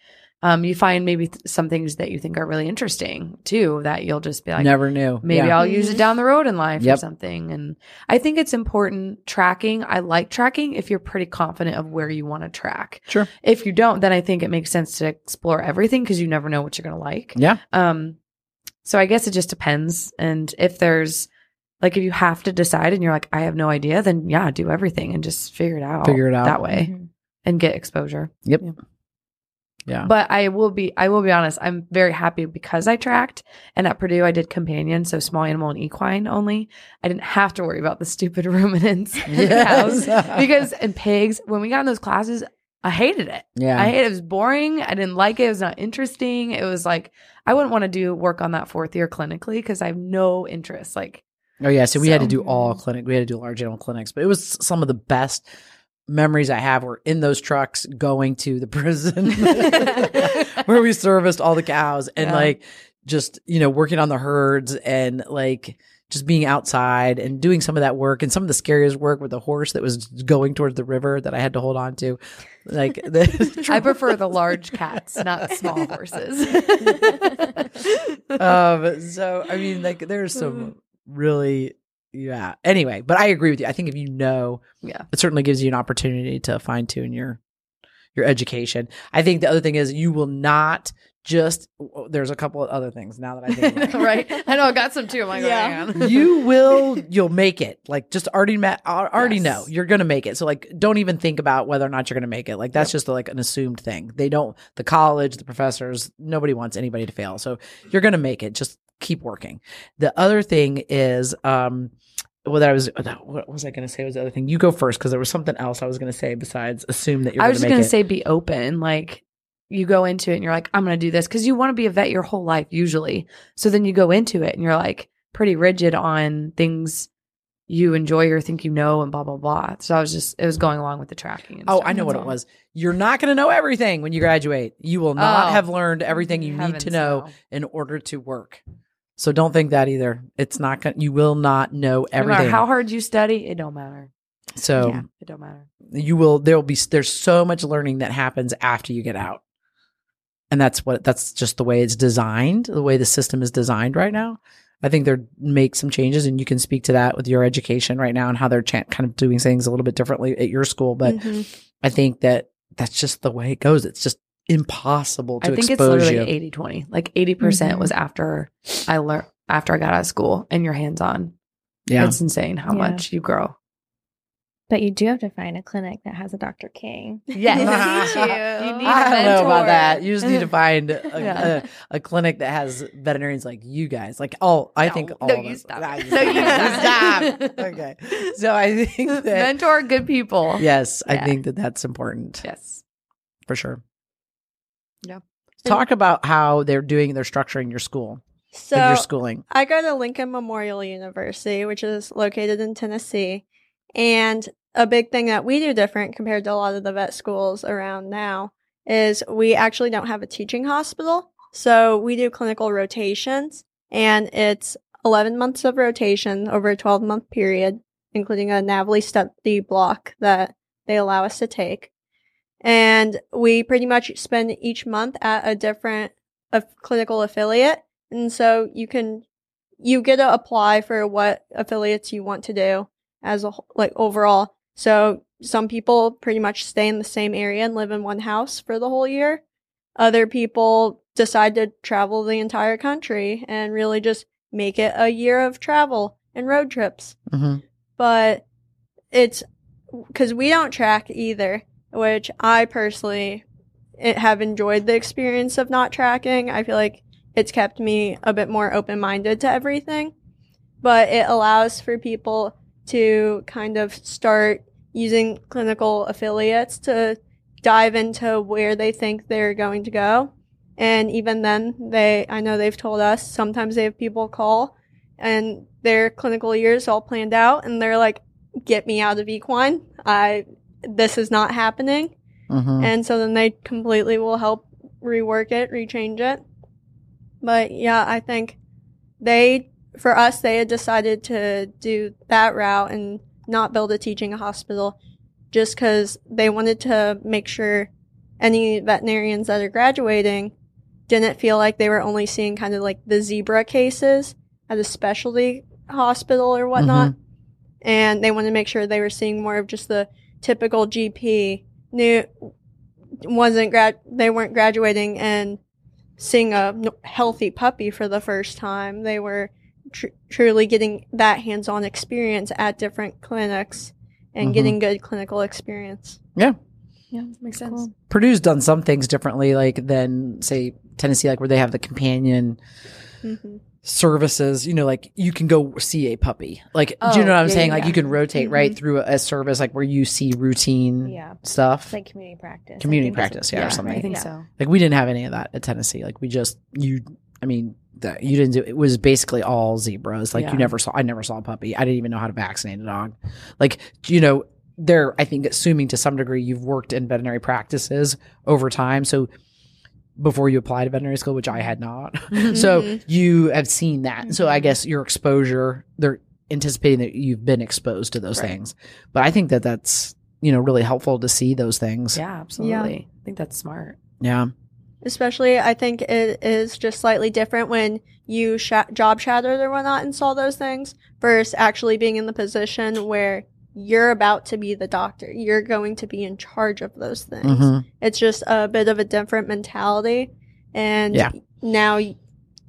Speaker 1: um, you find maybe th- some things that you think are really interesting too, that you'll just be like,
Speaker 2: never knew
Speaker 1: maybe
Speaker 2: yeah.
Speaker 1: I'll use it
Speaker 4: Mhm.
Speaker 1: down the road in life or
Speaker 2: Yep.
Speaker 1: something. And I think it's important tracking. I like tracking if you're pretty confident of where you want to track.
Speaker 2: sure
Speaker 1: If you don't, then I think it makes sense to explore everything because you never know what you're going to like. [laughs]
Speaker 2: yeah
Speaker 1: Um, so I guess it just depends. And if there's like, if you have to decide and you're like, I have no idea, then yeah, do everything and just figure it out.
Speaker 2: Figure it out.
Speaker 1: that
Speaker 3: Mm-hmm.
Speaker 1: way and get exposure.
Speaker 2: Yep. Yeah.
Speaker 1: But I will be, I will be honest. I'm very happy because I tracked and at Purdue I did companion. So small animal and equine only. I didn't have to worry about the
Speaker 2: [laughs]
Speaker 1: stupid [laughs] ruminants and cows because, and pigs, when we got in those classes, I hated it.
Speaker 2: yeah
Speaker 1: I hated it. It was boring. I didn't like it. It was not interesting. It was like I wouldn't want to do work on that fourth year clinically because I have no interest. Like [laughs]
Speaker 2: Oh yeah, so we had to
Speaker 1: So-
Speaker 2: do all clinic. We had to do large animal clinics, but it was some of the best memories I have were in those trucks going to the [laughs] prison
Speaker 1: [laughs]
Speaker 2: where we serviced all the cows and
Speaker 1: Yeah.
Speaker 2: like just you know working on the herds and like just being outside and doing some of that work and some of the scariest work with the horse that was going towards the river that I had to hold on to, like [laughs] the,
Speaker 1: [laughs] [laughs] I prefer the large cats, not small
Speaker 2: [laughs]
Speaker 1: horses.
Speaker 2: um so i mean like there's
Speaker 1: Mm.
Speaker 2: some really yeah anyway but i agree with you i think if you know
Speaker 1: Yeah.
Speaker 2: it certainly gives you an opportunity to fine tune your your education i think the other thing is you will not just oh, there's a couple of other things now that i think about it.
Speaker 1: [laughs] right? I know I got some too. I'm like, "Oh,
Speaker 4: Yeah.
Speaker 1: yeah. [laughs]
Speaker 2: you will you'll make it like just already met already
Speaker 1: Yes.
Speaker 2: know you're gonna make it so like don't even think about whether or not you're gonna make it like that's just like an assumed thing they don't the college the professors nobody wants anybody to fail so you're gonna make it just keep working the other thing is um well, that I was. What was I going to say? Was the other thing? You go first because there was something else I was going to say besides assume that you're.
Speaker 1: I was just
Speaker 2: going
Speaker 1: gonna
Speaker 2: to
Speaker 1: say be open. Like you go into it and you're like, I'm gonna do this because you want to be a vet your whole life usually. So then you go into it and you're like pretty rigid on things you enjoy or think you know and blah blah blah. So I was just it was going along with the tracking. And
Speaker 2: Oh,
Speaker 1: stuff.
Speaker 2: I know
Speaker 1: That's
Speaker 2: what it
Speaker 1: all.
Speaker 2: was. You're not going to know everything when you graduate. You will not
Speaker 1: Oh.
Speaker 2: have learned everything you need
Speaker 1: Heavens,
Speaker 2: to know
Speaker 1: no.
Speaker 2: in order to work. So don't think that either. It's not going. to You will not know
Speaker 1: No
Speaker 2: everything.
Speaker 1: matter how hard you study, it don't matter.
Speaker 2: so
Speaker 3: Yeah.
Speaker 1: It don't matter.
Speaker 2: you will. There will be. There's so much learning that happens after you get out, and that's what. That's just the way it's designed. The way the system is designed right now. I think they're make some changes, and you can speak to that with your education right now and how they're cha- kind of doing things a little bit differently at your school. But
Speaker 1: Mm-hmm.
Speaker 4: Mhm.
Speaker 2: I think that that's just the way it goes. It's just impossible to
Speaker 1: I think it's
Speaker 2: expose
Speaker 1: literally
Speaker 2: you. Mm-hmm.
Speaker 1: 80 20. Like 80% percent
Speaker 3: Mhm.
Speaker 1: was after I learned after I got out of school and your hands on.
Speaker 2: Yeah.
Speaker 1: It's insane how
Speaker 3: Yeah.
Speaker 1: much you grow.
Speaker 3: But you do have to find a clinic that has a Dr. King.
Speaker 1: Yes.
Speaker 2: [laughs] Teach
Speaker 1: you need
Speaker 2: I
Speaker 1: a
Speaker 2: don't know about
Speaker 1: mentor.
Speaker 2: that. You just need
Speaker 1: [laughs]
Speaker 2: to find a,
Speaker 1: Yeah.
Speaker 2: a, a clinic that has veterinarians like you guys. Like, oh, I think
Speaker 1: No,
Speaker 2: all
Speaker 1: no,
Speaker 2: of
Speaker 1: you
Speaker 2: us- [laughs]
Speaker 1: stop
Speaker 2: Nah,
Speaker 1: it.
Speaker 2: you
Speaker 1: No, you
Speaker 2: stop.
Speaker 1: [laughs] stop.
Speaker 2: Stop. Okay. So I
Speaker 1: [laughs]
Speaker 2: think that
Speaker 1: mentor good people.
Speaker 2: yes, I
Speaker 1: Yeah.
Speaker 2: think that that's important
Speaker 1: Yes.
Speaker 2: for sure.
Speaker 1: Yeah.
Speaker 2: Talk about how they're doing. They're structuring your school,
Speaker 4: So
Speaker 2: like your schooling.
Speaker 4: I go to Lincoln Memorial University, which is located in Tennessee, and a big thing that we do different compared to a lot of the vet schools around now is we actually don't have a teaching hospital. So we do clinical rotations and it's 11 months of rotation over a 12 month period, including a NAVLE study block that they allow us to take. And we pretty much spend each month at a different af- clinical affiliate. And so you can, you get to apply for what affiliates you want to do as a wh- like overall. So some people pretty much stay in the same area and live in one house for the whole year. Other people decide to travel the entire country and really just make it a year of travel and road trips.
Speaker 2: hmm
Speaker 4: But it's because we don't track either, which I personally eh, have enjoyed the experience of not tracking. I feel like it's kept me a bit more open minded to everything, but it allows for people to kind of start using clinical affiliates to dive into where they think they're going to go. And even then, they, I know they've told us sometimes they have people call and their clinical years all planned out and they're like, get me out of equine. I, this is not happening.
Speaker 2: hmm
Speaker 4: And so then they completely will help rework it, rechange it. But yeah, I think they, for us, they had decided to do that route and not build a teaching hospital just because they wanted to make sure any veterinarians that are graduating didn't feel like they were only seeing kind of like the zebra cases at a specialty hospital or whatnot. And they wanted to make sure they were seeing more of just the typical GP new wasn't grad they weren't graduating and seeing a n- healthy puppy for the first time. They were tr- truly getting that hands-on experience at different clinics and
Speaker 2: Mhm.
Speaker 4: getting good clinical experience.
Speaker 1: Yeah, makes sense.
Speaker 3: Cool.
Speaker 2: Purdue's done some things differently, like than say Tennessee, like where they have the companion
Speaker 4: Mm-hmm.
Speaker 2: services. You know, like you can go see a puppy. Like, do
Speaker 1: Oh,
Speaker 2: you know what I'm
Speaker 1: yeah,
Speaker 2: saying?
Speaker 1: yeah,
Speaker 2: Like
Speaker 1: yeah. Mm-hmm.
Speaker 2: you can rotate right through a, a service, like where you see routine
Speaker 3: Yeah.
Speaker 2: stuff.
Speaker 3: It's like community practice. I
Speaker 2: Mm. Community
Speaker 3: think is-
Speaker 2: practice, yeah, or something.
Speaker 1: I
Speaker 3: right,
Speaker 1: think
Speaker 3: yeah.
Speaker 1: so.
Speaker 2: Like we didn't have any of that at Tennessee. Like we just you I mean the, you didn't do it was basically all zebras. Like
Speaker 1: Yeah.
Speaker 2: you never saw I never saw a puppy. I didn't even know how to vaccinate a dog. Like you know they're I think assuming to some degree you've worked in veterinary practices over time. So before you apply to veterinary school, which I had not.
Speaker 4: Mm-hmm.
Speaker 2: So you have seen that. So I
Speaker 3: Mhm.
Speaker 2: guess your exposure they're anticipating that you've been exposed to those
Speaker 1: Right.
Speaker 2: things. But I think that that's you know really helpful to see those things.
Speaker 1: Yeah, absolutely. I think that's smart.
Speaker 2: yeah.
Speaker 4: Especially, I think it is just slightly different when you sh- job shadowed or whatnot and saw those things versus actually being in the position where you're about to be the doctor. You're going to be in charge of those things.
Speaker 2: Mhm.
Speaker 4: It's just a bit of a different mentality. And
Speaker 2: Yeah.
Speaker 4: now y-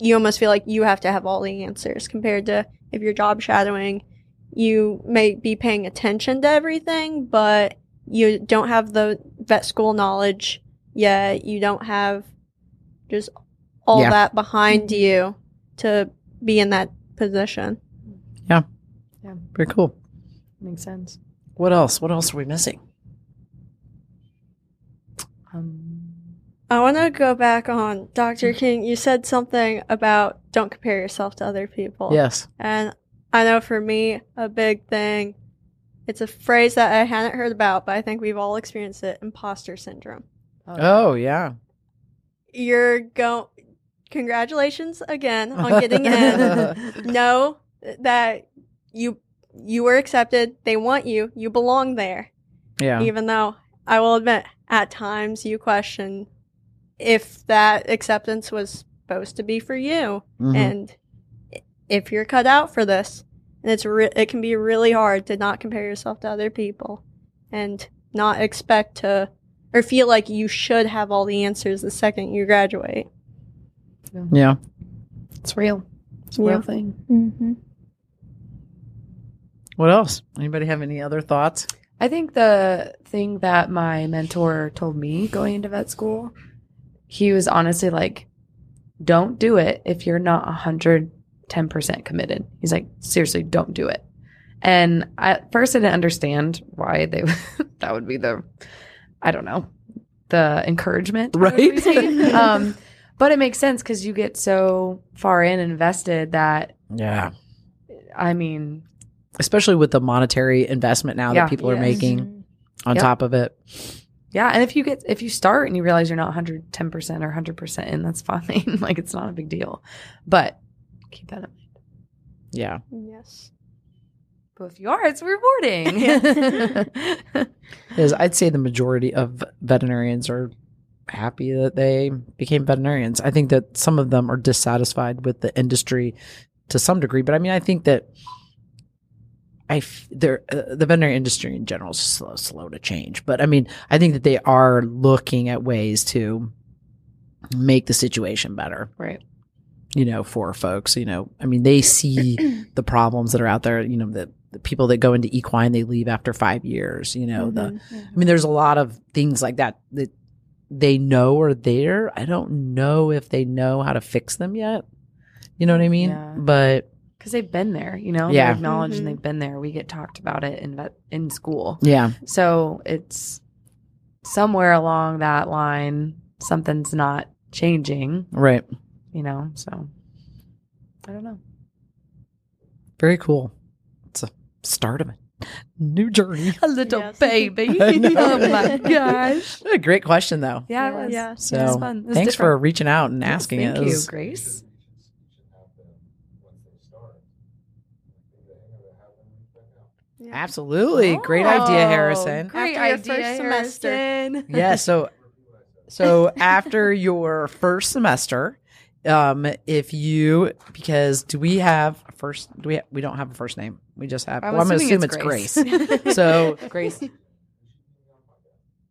Speaker 4: you almost feel like you have to have all the answers compared to if you're job shadowing, you may be paying attention to everything, but you don't have the vet school knowledge yet. You don't have just all
Speaker 2: Yeah.
Speaker 4: that behind you to be in that position.
Speaker 2: Very cool.
Speaker 1: Makes sense.
Speaker 2: What else? What else are we missing?
Speaker 1: Um,
Speaker 4: I want to go back on Dr. King. You said something about don't compare yourself to other people.
Speaker 2: Yes.
Speaker 4: And I know for me, a big thing, it's a phrase that I hadn't heard about, but I think we've all experienced it imposter syndrome.
Speaker 2: Oh yeah.
Speaker 4: You're going, congratulations again on getting
Speaker 2: [laughs]
Speaker 4: in. know that you you were accepted, they want you, you belong there.
Speaker 2: Yeah.
Speaker 4: Even though I will admit, at times you question if that acceptance was supposed to be for you.
Speaker 2: Mhm.
Speaker 4: and i- if you're cut out for this and it's re- it can be really hard to not compare yourself to other people and not expect to or feel like you should have all the answers the second you graduate
Speaker 2: Yeah.
Speaker 1: it's real. It's a
Speaker 4: Yeah.
Speaker 1: real thing.
Speaker 3: Mhm.
Speaker 2: What else? Anybody have any other thoughts?
Speaker 1: I think the thing that my mentor told me going into vet school, he was honestly like, don't do it if you're not 110% committed. He's like, seriously, don't do it. And I, at first, I didn't understand why they [laughs] that would be the, I don't know, the encouragement, I would
Speaker 2: Right.
Speaker 1: receive.
Speaker 3: [laughs]
Speaker 1: um, but it makes sense because you get so far in invested that
Speaker 2: Yeah.
Speaker 1: I mean,
Speaker 2: especially with the monetary investment now
Speaker 1: Yeah.
Speaker 2: that people are
Speaker 4: Yes.
Speaker 2: making
Speaker 3: Mm-hmm.
Speaker 2: on
Speaker 1: Yep.
Speaker 2: top of it.
Speaker 1: Yeah, and if you get if you start and you realize you're not 110% or 100% in, that's [laughs] fine. like it's not a big deal. But keep that in mind.
Speaker 2: Yeah.
Speaker 4: Yes.
Speaker 1: But if you are, it's [laughs] rewarding.
Speaker 2: Is I'd say the majority of veterinarians are happy that they became veterinarians. I think that some of them are dissatisfied with the industry to some degree, but I mean, I think that I f- they're, uh, the veterinary industry in general is slow, slow to change. But I mean, I think that they are looking at ways to make the situation better.
Speaker 1: [laughs] right.
Speaker 2: you know, for folks. You know, I mean, they see the problems that are out there. You know, the, the people that go into equine, they leave after five years.
Speaker 4: Mm-hmm.
Speaker 2: You know,
Speaker 3: Mm-hmm.
Speaker 2: the I mean, there's a lot of things like that that they know are there. I don't know if they know how to fix them yet. You know what I mean?
Speaker 1: Yeah.
Speaker 2: But
Speaker 1: Cuz they've been there, you know.
Speaker 2: Yeah.
Speaker 1: They're acknowledged
Speaker 4: Mhm.
Speaker 1: and they've been there. We get talked about it in vet, in school.
Speaker 2: yeah,
Speaker 1: So it's somewhere along that line something's not changing,
Speaker 2: right.
Speaker 1: you know. So I don't know.
Speaker 2: Very cool. It's a start of a new journey. [laughs]
Speaker 1: A little
Speaker 4: Yes.
Speaker 1: baby.
Speaker 2: I know.
Speaker 1: oh my gosh.
Speaker 2: What a great question, though.
Speaker 1: Yeah,
Speaker 3: Yeah.
Speaker 1: it was.
Speaker 4: Yeah.
Speaker 2: So
Speaker 1: it was fun. It was
Speaker 2: thanks
Speaker 1: different.
Speaker 2: for reaching out and asking
Speaker 1: Thank
Speaker 2: it. It
Speaker 1: you,
Speaker 2: was-
Speaker 1: Grace.
Speaker 4: Yeah.
Speaker 2: Absolutely. Great idea,
Speaker 1: Oh,
Speaker 2: Harrison.
Speaker 1: Great
Speaker 4: After
Speaker 1: idea,
Speaker 4: your first semester.
Speaker 1: Harrison.
Speaker 2: yeah so so [laughs] after your first semester um if you because do we have a first do we we don't have a first name we just have well, i'm gonna assume it's grace, [laughs]
Speaker 1: [laughs]
Speaker 2: so grace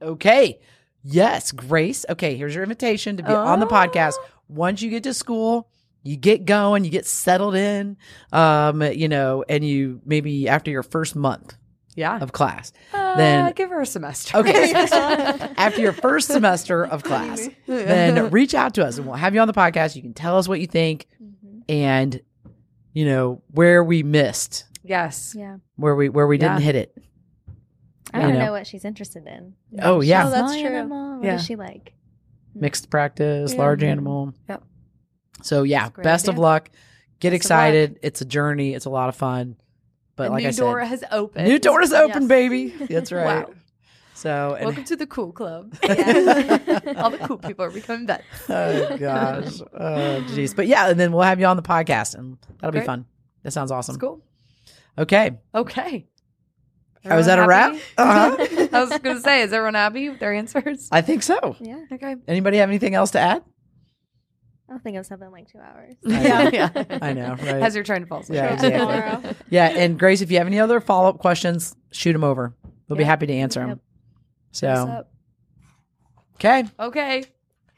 Speaker 2: okay yes grace okay here's your invitation to be on the podcast once you get to school you get going you get settled in um you know and you maybe after your first month
Speaker 1: yeah.
Speaker 2: of class
Speaker 1: Uh,
Speaker 2: then-
Speaker 1: give her a semester. [laughs]
Speaker 2: okay after your first semester [laughs] of class [laughs] then reach out to us and we'll have you on the podcast. You can tell us what you think
Speaker 4: Mm-hmm.
Speaker 2: and you know where we missed,
Speaker 1: yes.
Speaker 3: Yeah.
Speaker 4: Mm-hmm.
Speaker 2: where we where we didn't
Speaker 1: Yeah.
Speaker 2: hit it.
Speaker 3: I
Speaker 2: You
Speaker 3: want to
Speaker 2: know.
Speaker 3: know what she's interested in.
Speaker 2: Oh yeah,
Speaker 4: Oh, that's
Speaker 3: Small
Speaker 4: true.
Speaker 3: Animal. What
Speaker 1: Yeah.
Speaker 3: does she like?
Speaker 2: mixed practice,
Speaker 4: Yeah.
Speaker 2: large animal.
Speaker 1: Yep.
Speaker 2: So yeah,
Speaker 1: That's a great
Speaker 2: best of
Speaker 1: idea.
Speaker 2: luck. Get
Speaker 1: Best of
Speaker 2: excited. It's a journey. It's a lot of fun. But
Speaker 1: the
Speaker 2: like
Speaker 1: new
Speaker 2: I
Speaker 1: door
Speaker 2: said,
Speaker 1: has opened.
Speaker 2: new door is open,
Speaker 4: Yes.
Speaker 2: baby. That's right.
Speaker 1: Wow.
Speaker 2: So and [laughs]
Speaker 1: Welcome to the cool club.
Speaker 4: Yeah.
Speaker 1: All the cool people are becoming vets.
Speaker 2: oh gosh, oh jeez. But yeah, and then we'll have you on the podcast, and that'll be
Speaker 1: Great.
Speaker 2: fun. That sounds awesome.
Speaker 1: It's cool.
Speaker 2: Okay,
Speaker 1: [laughs] Okay.
Speaker 2: Oh, is that a wrap?
Speaker 1: Everyone
Speaker 2: Uh-huh.
Speaker 1: happy? I was going to say, is everyone happy with their
Speaker 2: [laughs]
Speaker 1: answers?
Speaker 2: I think so.
Speaker 3: Yeah.
Speaker 1: Okay.
Speaker 2: Anybody have anything else to add?
Speaker 3: I'll think of something in, like two hours.
Speaker 2: I
Speaker 1: [laughs] yeah.
Speaker 2: I know, right?
Speaker 1: As you're trying to fall asleep.
Speaker 2: Yeah,
Speaker 4: Till
Speaker 2: exactly.
Speaker 4: tomorrow.
Speaker 2: Yeah, and Grace, if you have any other follow up questions, shoot them over. We'll be
Speaker 3: Yeah.
Speaker 2: happy to answer them.
Speaker 3: Yep.
Speaker 1: What's
Speaker 2: So,
Speaker 1: up? [laughs]
Speaker 2: okay,
Speaker 1: Okay.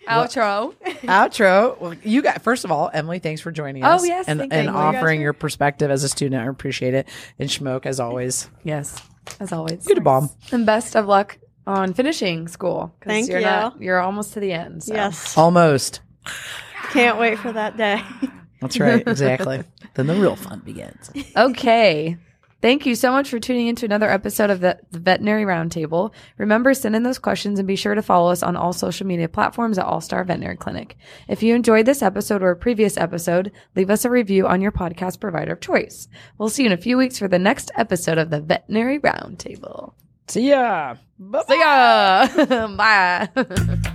Speaker 2: Well-
Speaker 1: Outro.
Speaker 2: outro. Well, you got first of all, Emily. Thanks for joining
Speaker 1: Oh,
Speaker 2: us.
Speaker 1: yes,
Speaker 2: and,
Speaker 1: thank
Speaker 2: and
Speaker 1: you. You guys
Speaker 2: offering
Speaker 4: are-
Speaker 2: your perspective as a student. I appreciate it. And Schmoke, as always,
Speaker 1: Yes, as always.
Speaker 2: good bomb.
Speaker 1: And best of luck on finishing school. 'cause
Speaker 4: Thank
Speaker 1: you're
Speaker 4: you.
Speaker 1: Not, you're almost to the end. So.
Speaker 4: Yes.
Speaker 2: Oh. Almost.
Speaker 4: Can't wait for that day.
Speaker 2: That's
Speaker 1: [laughs]
Speaker 2: right. Exactly. then the real fun begins.
Speaker 1: [laughs] Okay. Thank you so much for tuning in to another episode of the, the Veterinary Roundtable. Remember, send in those questions and be sure to follow us on all social media platforms at All Star Veterinary Clinic. If you enjoyed this episode or a previous episode, leave us a review on your podcast provider of choice. We'll see you in a few weeks for the next episode of the Veterinary Roundtable.
Speaker 2: See ya. Bye.
Speaker 1: See ya! [laughs] Bye. [laughs]